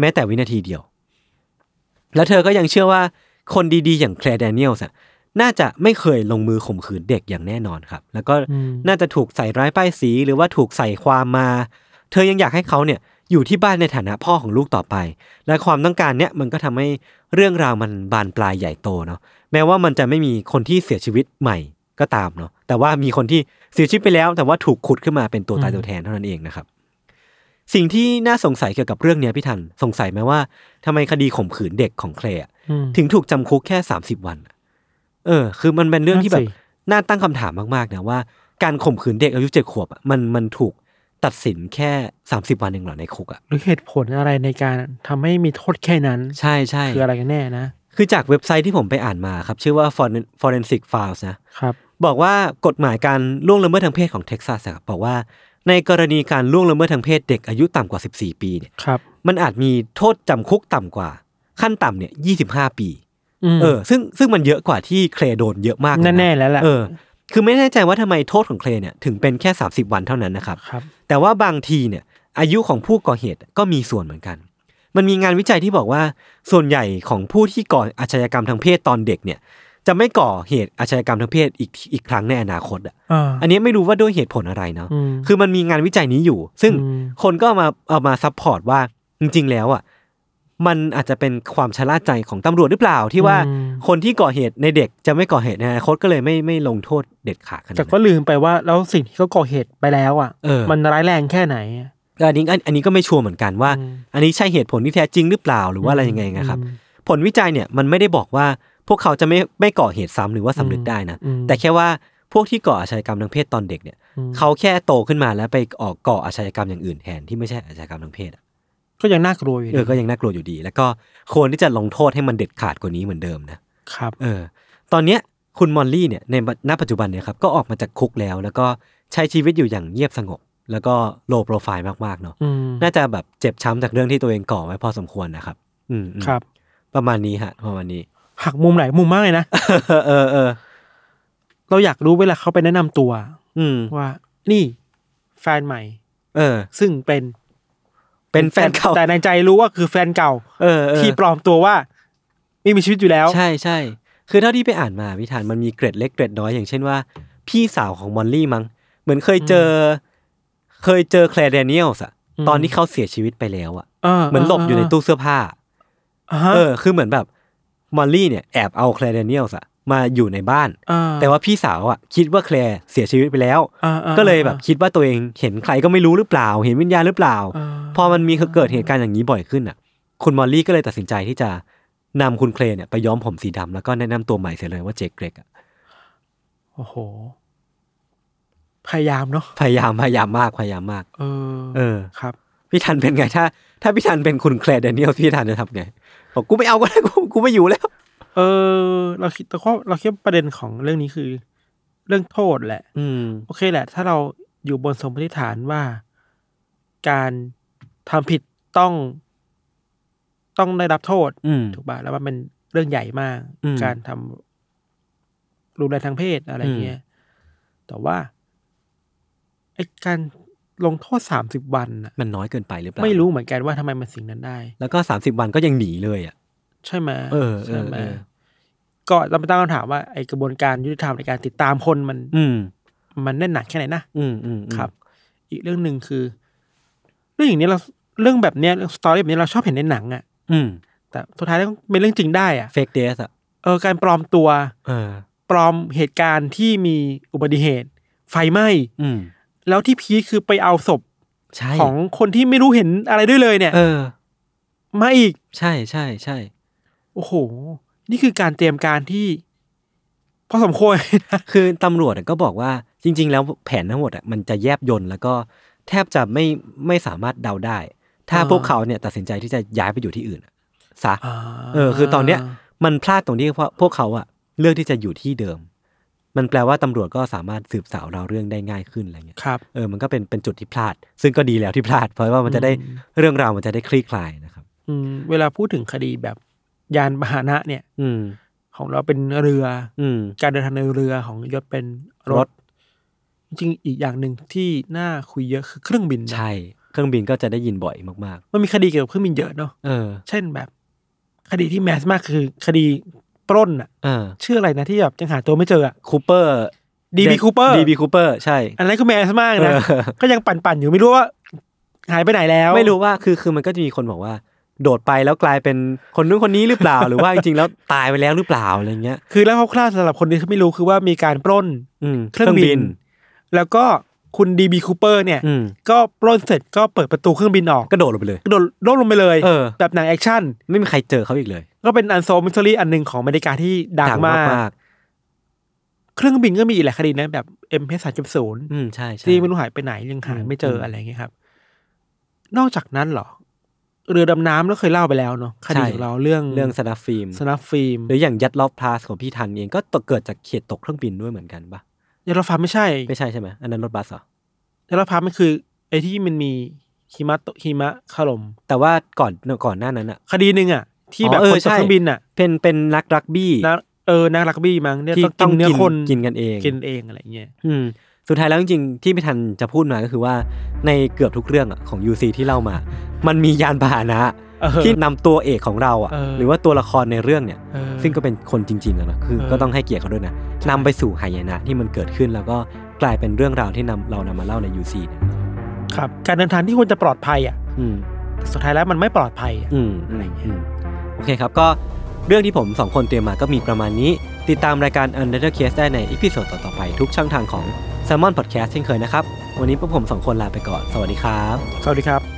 Speaker 1: แม้แต่วินาทีเดียว แล้วเธอก็ยังเชื่อว่าคนดีๆ อย่างแคลเดเนียลส์อะน่าจะไม่เคยลงมือข่มขืนเด็กอย่างแน่นอนครับ แล้วก็
Speaker 2: อืม
Speaker 1: น่าจะถูกใส่ร้ายป้ายสีหรือว่าถูกใส่ความมา เธอยังอยากให้เขาเนี่ยอยู่ที่บ้านในฐานะพ่อของลูกต่อไป และความต้องการเนี่ยมันก็ทำให้เรื่องราวมันบานปลายใหญ่โตเนาะแม้ว่ามันจะไม่มีคนที่เสียชีวิตใหม่ก็ตามเนาะแต่ว่ามีคนที่เสียชีวิตไปแล้ว แต่ว่าถูกขุดขึ้นมาเป็นตัวตายตัวแทนเท่านั้นเองนะครับ สิ่งที่น่าสงสัยเกี่ยวกับเรื่องเนี้ยพี่ทันสงสัยไหมว่าทำไมคดีข่มขืนเด็กของเคลร์อะ
Speaker 2: อืม
Speaker 1: ถึงถูกจำคุกแค่สามสิบวันอะเออ คือมันเป็นเรื่องที่แบบ
Speaker 2: นั่นสิ
Speaker 1: น่าตั้งคำถามมากๆนะว่าการข่มขืนเด็กอายุเจ็ดขวบอะมันมันถูกตัดสินแค่สามสิบวันเองเหรอในคุกอ่ะ
Speaker 2: หรือเหตุผลอะไรในการทำให้มีโทษแค่นั้น
Speaker 1: ใช่ใช่
Speaker 2: คืออะไรกันแน่นะ
Speaker 1: คือจากเว็บไซต์ที่ผมไปอ่านมาครับ ชื่อว่า Foren- forensic files นะ
Speaker 2: ครับ
Speaker 1: บอกว่ากฎหมายการล่วงละเมิดทางเพศของเท็กซัสอะครับบอกว่าในกรณีการล่วงละเมิดทางเพศเด็กอายุต่ำกว่า 14 ปีเนี่ย
Speaker 2: ครับ
Speaker 1: มันอาจมีโทษจำคุกต่ำกว่า ขั้นต่ำเนี่ย25 ปี
Speaker 2: ม
Speaker 1: เออ ซึ่งซึ่งมันเยอะกว่าที่เคลโดนเยอะมากเลยะ
Speaker 2: แน่ๆแล้วแหละ
Speaker 1: เออ คือไม่แน่ใจว่าทำไมโทษของเคลเนี่ยถึงเป็นแค่ 30 วันเท่านั้นนะครับ
Speaker 2: ครับ
Speaker 1: แต่ว่าบางทีเนี่ยอายุของผู้ก่อเหตุก็มีส่วนเหมือนกัน มันมีงานวิจัยที่บอกว่าส่วนใหญ่ของผู้ที่ก่ออาชญากรรมทางเพศตอนเด็กเนี่ยจะไม่ก่อเหตุอาชญากรรมทางเพศอีกอีกครั้งในอนาคตอ่ะ
Speaker 2: อ่า
Speaker 1: อันนี้ไม่รู้ว่าด้วยเหตุผลอะไรเนาะ
Speaker 2: ม
Speaker 1: คือมันมีงานวิจัยนี้อยู่ ซึ่ง
Speaker 2: อืม
Speaker 1: คนก็เอามาเอามาซัพพอร์ตว่าจริง ๆ แล้วอ่ะมันอาจจะเป็นความชะล่าใจของตำรวจหรือเปล่าที่ว่า
Speaker 2: ม
Speaker 1: คนที่ก่อเหตุในเด็กจะไม่ก่อเหตุในอนาคตก็เลยไม่ไม่ลงโทษเด็ดขาดขนาด
Speaker 2: แต่
Speaker 1: นั้น
Speaker 2: ก็ลืมไปว่าแล้วสิ่งที่เขาก่อเหตุไปแล้วอ่ะ
Speaker 1: เออ
Speaker 2: มันร้ายแรงแค่ไหนอะ
Speaker 1: ก็อันนี้อันอันนี้ก็ไม่ชัวร์เหมือนกันว่า
Speaker 2: อืม
Speaker 1: อันนี้ใช่เหตุผลที่แท้จริงหรือเปล่าหรือว่าอะไรยังไงนะครับ
Speaker 2: อืม
Speaker 1: ผลวิจัยเนี่ยมันไม่ได้บอกว่าพวกเขาจะไม่ไม่ก่อเหตุซ้ำหรือว่าสำนึกได้นะ
Speaker 2: อืม
Speaker 1: แต่แค่ว่าพวกที่ก่ออาชญากรรมทางเพศตอนเด็กเนี่ย
Speaker 2: อืม
Speaker 1: เขาแค่โตขึ้นมาแล้วไปออกก่ออาชญากรรมอย่างอื่นแทนที่ไม่ใช่อาชญากรรมทางเพศอะ
Speaker 2: ก็ยังน่ากลัวอยู่
Speaker 1: เออ ก็ยังน่ากลัวอยู่ดี แล้วก็ควรที่จะลงโทษให้มันเด็ดขาดกว่านี้เหมือนเดิมนะ
Speaker 2: ครับ
Speaker 1: เออ ตอนเนี้ยคุณมอลลี่เนี่ยในณปัจจุบันเนี่ยครับก็ออกมาจากคุกแล้ว แล้วก็ใช้ชีวิตอยู่อย่างเงียบสงบ แล้วก็โลโปรไฟล์มากๆเนาะ
Speaker 2: อืม
Speaker 1: น่าจะแบบเจ็บช้ำจากเรื่องที่ตัวเองก่อไว้พอสมควรนะครับ อืมอืม
Speaker 2: ครับ
Speaker 1: ประมาณนี้ฮะ ประมาณนี้ (laughs)
Speaker 2: หักมุมหลายมุมมากเลยนะ (laughs)
Speaker 1: เออเออเออ
Speaker 2: เราอยากรู้เวลาเขาไปแนะนำตัว
Speaker 1: อืม
Speaker 2: ว่านี่แฟนใหม่
Speaker 1: เออ
Speaker 2: ซึ่งเป็น
Speaker 1: เป็นแฟนเก่า
Speaker 2: แต่ในใจรู้ว่าคือแฟนเก่า
Speaker 1: เออเออ
Speaker 2: ที่ปลอมตัวว่า ไม่มีชีวิตอยู่แล้ว
Speaker 1: ใช่ใช่ คือเท่าที่ไปอ่านมาพิธานมันมีเกร็ดเล็กเกร็ดน้อยอย่างเช่นว่า พี่สาวของมอลลี่มั้งเหมือนเคยเจออเคยเจอแคลร์แดเนียลส์อะ
Speaker 2: อืม
Speaker 1: ตอนที่เขาเสียชีวิตไปแล้วอะ
Speaker 2: เออ
Speaker 1: เหมือนหลบอยู่ในตู้เสื้อผ้า
Speaker 2: าฮะ
Speaker 1: เออ คือเหมือนแบบมอลลี่เนี่ยแอบเอาแคลร์แดเนียลส์อะมาอยู่ในบ้าน
Speaker 2: อ่
Speaker 1: แต่ว่าพี่สาวอะคิดว่าแคลร์เสียชีวิตไปแล้ว
Speaker 2: อ่าอ่า
Speaker 1: ก็เลยแบบคิดว่าตัวเองเห็นใครก็ไม่รู้หรือเปล่า เห็นวิญญาณหรือเปล่า
Speaker 2: า
Speaker 1: พอมันมีเกิดเหตุการณ์อย่างนี้บ่อยขึ้นอ่ะ คุณมอลลี่ก็เลยตัดสินใจที่จะนำคุณเคลนเนี่ยไปย้อมผมสีดำแล้วก็แนะนำตัวใหม่เสียเลยว่าเจคเกรกอะ
Speaker 2: โอ้โห พยายามเนาะ
Speaker 1: พยายามพยายามมากพยายามมาก
Speaker 2: เออ
Speaker 1: เออ
Speaker 2: ครับ
Speaker 1: พี่ทันเป็นไงถ้า ถ้าพี่ทันเป็นคุณเคลนแดเนียลพี่ทันจะทำไงบอกกูไม่เอาก็ได้ (laughs) กูกูไม่อยู่แล้ว
Speaker 2: เออ เราคิดแต่ก็เราคิดว่าประเด็นของเรื่องนี้คือ เรื่องโทษแหละ
Speaker 1: อืม
Speaker 2: โอเคแหละ ถ้าเราอยู่บนสมมติฐานว่า การทำผิดต้อง ต้องได้รับโทษ
Speaker 1: อืม
Speaker 2: ถูกป่ะแล้วมันเป็นเรื่องใหญ่มาก
Speaker 1: อืม
Speaker 2: การทำรุนแรงทางเพศอะไร
Speaker 1: อืม
Speaker 2: เงี้ยแต่ว่าไอ้การลงโทษสามสิบวันน่ะ
Speaker 1: มันน้อยเกินไปหรือเปล่า
Speaker 2: ไม่รู้เหมือนกันว่าทำไมมันสิ่งนั้นได้
Speaker 1: แล้วก็สามสิบวันก็ยังหนีเลยอ่ะ
Speaker 2: ใช่ไหม
Speaker 1: เออเออ
Speaker 2: ใช่ไหม
Speaker 1: เออ
Speaker 2: ก็ต้องไปตั้งคำถามว่าไอกระบวนการยุติธรรมในการติดตามคนมัน
Speaker 1: อืม
Speaker 2: มันแน่นหนาแค่ไหนนะ
Speaker 1: อืมอืม
Speaker 2: ครับ อีกเรื่องหนึ่งคือ เรื่องอย่างนี้เราเรื่องแบบเนี้ยสตอรี่แบบนี้เราชอบเห็นในหนังอะ
Speaker 1: อืม
Speaker 2: แต่สุดท้ายแล้วเป็นเรื่องจริงได้อะ
Speaker 1: เฟกเดสอ่ะ
Speaker 2: เออการปลอมตัว
Speaker 1: เออ
Speaker 2: ปลอมเหตุการณ์ที่มีอุบัติเหตุ ไฟไหม้
Speaker 1: อืม
Speaker 2: แล้วที่พีคคือไปเอาศพ
Speaker 1: ใช่
Speaker 2: ของคนที่ไม่รู้เห็นอะไรด้วยเลยเนี่ย
Speaker 1: เออ
Speaker 2: มาอีก
Speaker 1: ใช่ใช่ใช่
Speaker 2: โอ้โห นี่คือการเตรียมการที่ พอสมควร
Speaker 1: คือตำรวจก็บอกว่าจริง ๆ แล้วแผนทั้งหมดอะมันจะแยบยนแล้วก็แทบจะไม่ไม่สามารถเดาได้ ถ้า
Speaker 2: อ่า
Speaker 1: พวกเขาเนี่ยตัดสินใจที่จะย้ายไปอยู่ที่อื่นอะซะ (laughs) เออ คือตอนเนี้ยมันพลาดตรงที่ว่าพวกเขาอะเลือกที่จะอยู่ที่เดิม มันแปลว่าตำรวจก็สามารถสืบสาวเราวเรื่องได้ง่ายขึ้นอะไรเงี้ย
Speaker 2: ครับ
Speaker 1: เออมันก็เป็นเป็นจุดที่พลาด ซึ่งก็ดีแล้วที่พลาด เพราะว่ามันจะได้
Speaker 2: อืม
Speaker 1: เรื่องราวมันจะได้คลี่คลายนะครับ
Speaker 2: อืมเวลาพูดถึงคดีแบบยานพาหนะเนี่ย
Speaker 1: อืม
Speaker 2: ของเราเป็นเรือ
Speaker 1: อืม
Speaker 2: การเดินทางในเรือของยศเป็นร
Speaker 1: รถ
Speaker 2: ถจริงๆอีกอย่างหนึ่งที่น่าคุยเยอะคือเครื่องบินนะ
Speaker 1: ใช่ เครื่องบินก็จะได้ยินบ่อยมาก
Speaker 2: มันมีคดีเกี่ยวกับเครื่องบินเยอะเนาะ
Speaker 1: ๆ เออ
Speaker 2: เช่นแบบ คดีที่แมสมากคือ คดีปล้นอะ
Speaker 1: เออ
Speaker 2: ชื่ออะไรนะที่แบบยังหาตัวไม่เจออะ
Speaker 1: คูเปอร์
Speaker 2: DB Cooper
Speaker 1: ดีบีคูเปอร์ใช่
Speaker 2: อันนั้นก็แมสมากนะ
Speaker 1: เออ
Speaker 2: ก็ยังปั่นๆอยู่ไม่รู้ว่า หายไปไหนแล้ว
Speaker 1: ไม่รู้ว่าคือคือมันก็จะมีคนบอกว่า โดดไปแล้วกลายเป็นคนนู้นคนนี้หรือเปล่า (laughs) หรือว่าจริงๆแล้วตายไปแล้วหรือเปล่าอะไรเงี้ย
Speaker 2: คือแล้วคร่าวๆสำหรับคนที่ไม่รู้คือว่ามีการปล้น
Speaker 1: อืม
Speaker 2: เครื่องบิน แล้วก็คุณดีบีคูเปอร์เนี่ย
Speaker 1: อืม
Speaker 2: ก็ปล้นเสร็จก็เปิดประตูเครื่องบินออก
Speaker 1: กระโดดลงไปเลย
Speaker 2: กระโดดล่มลงไปเลย
Speaker 1: เออ
Speaker 2: แบบหนังแอคชั่น
Speaker 1: ไม่มีใครเจอเขาอีกเลย
Speaker 2: ก็เป็นอันโซมิสซอรี่อันหนึ่งของอเมริกาที่ดังมาก เครื่องบินก็มีอีกหลายคดีนะแบบเอ็มเพสามจุดศูนย์
Speaker 1: ๆอืมใช่ใช่
Speaker 2: ที่ไม่รู้หายไปไหนยังหา
Speaker 1: อืม
Speaker 2: ไม่เจออ
Speaker 1: ม
Speaker 2: อะไรอย่างเงี้ยครับ นอกจากนั้นเหรอ เรือดำน้ำเราเคยเล่าไปแล้วเนาะคดีของเราเรื่อง
Speaker 1: เรื่องสนับฟิล์ม
Speaker 2: สนับฟิล์ม
Speaker 1: หรืออย่างยัดลอบพลาสของพี่ทันเองก็ตกเกิดจากเขตตกเครื่องบินด้วยเหมือนกันปะ
Speaker 2: ยาราฟาไม่ใช่
Speaker 1: ไม่ใช่ใช่ไหมอันนั้นรถบัสเหรอ
Speaker 2: แต่ละพาร์ทมันคือไอ้ที่มันมีหิมะตกหิมะขลม
Speaker 1: แต่ว่าก่อนก่อนหน้านั้นอะ
Speaker 2: คดีหนึ่งอ่ะ ที่แบบ
Speaker 1: อ๋อเออ
Speaker 2: คนต
Speaker 1: ใช่
Speaker 2: กเครื่องบินอ่ะ
Speaker 1: เป็นเป็นนักรักบี้
Speaker 2: นะเออนักรักบี้มั้งเนี่ย
Speaker 1: ที่
Speaker 2: ต้องกินเนื้อคน
Speaker 1: กินกันเอง
Speaker 2: กินเองอะไรเงี้ย
Speaker 1: อืมสุดท้ายแล้วจริงๆที่พี่ทันจะพูดมาก็คือว่าในเกือบทุกเรื่องอะของ UC ที่เล่ามา มันมียานพาหนะ
Speaker 2: เออ
Speaker 1: ที่นำตัวเอกของเราอ่ะ
Speaker 2: เออ
Speaker 1: หรือว่าตัวละครในเรื่องเนี่ย
Speaker 2: เออ
Speaker 1: ซึ่งก็เป็นคนจริงๆอะนะคือ
Speaker 2: เออ
Speaker 1: ก็ต้องให้เกียรติเขาด้วยนะนำไปสู่หายนะที่มันเกิดขึ้นแล้วก็กลายเป็นเรื่องราวที่นำเรานำมาเล่าใน UC เนี่ย
Speaker 2: ครับการเดินทางที่ควรจะปลอดภัยอ่ะ
Speaker 1: อืม
Speaker 2: แต่สุดท้ายแล้วมันไม่ปลอดภัยอะ
Speaker 1: อืม
Speaker 2: อะไรอย่างเงี้ย
Speaker 1: มโอเคครับก็เรื่องที่ผมสองคนเตรียมมาก็มีประมาณนี้ ติดตามรายการ u n d e r Case ได้ในอีพิโซดต่อๆไปทุกช่องทางของ s ซ l m o n Podcast เช่นเคยนะครับวันนี้พวกผมสองคนลาไปก่อนสวัสดีครับ
Speaker 2: สวัสดีครับ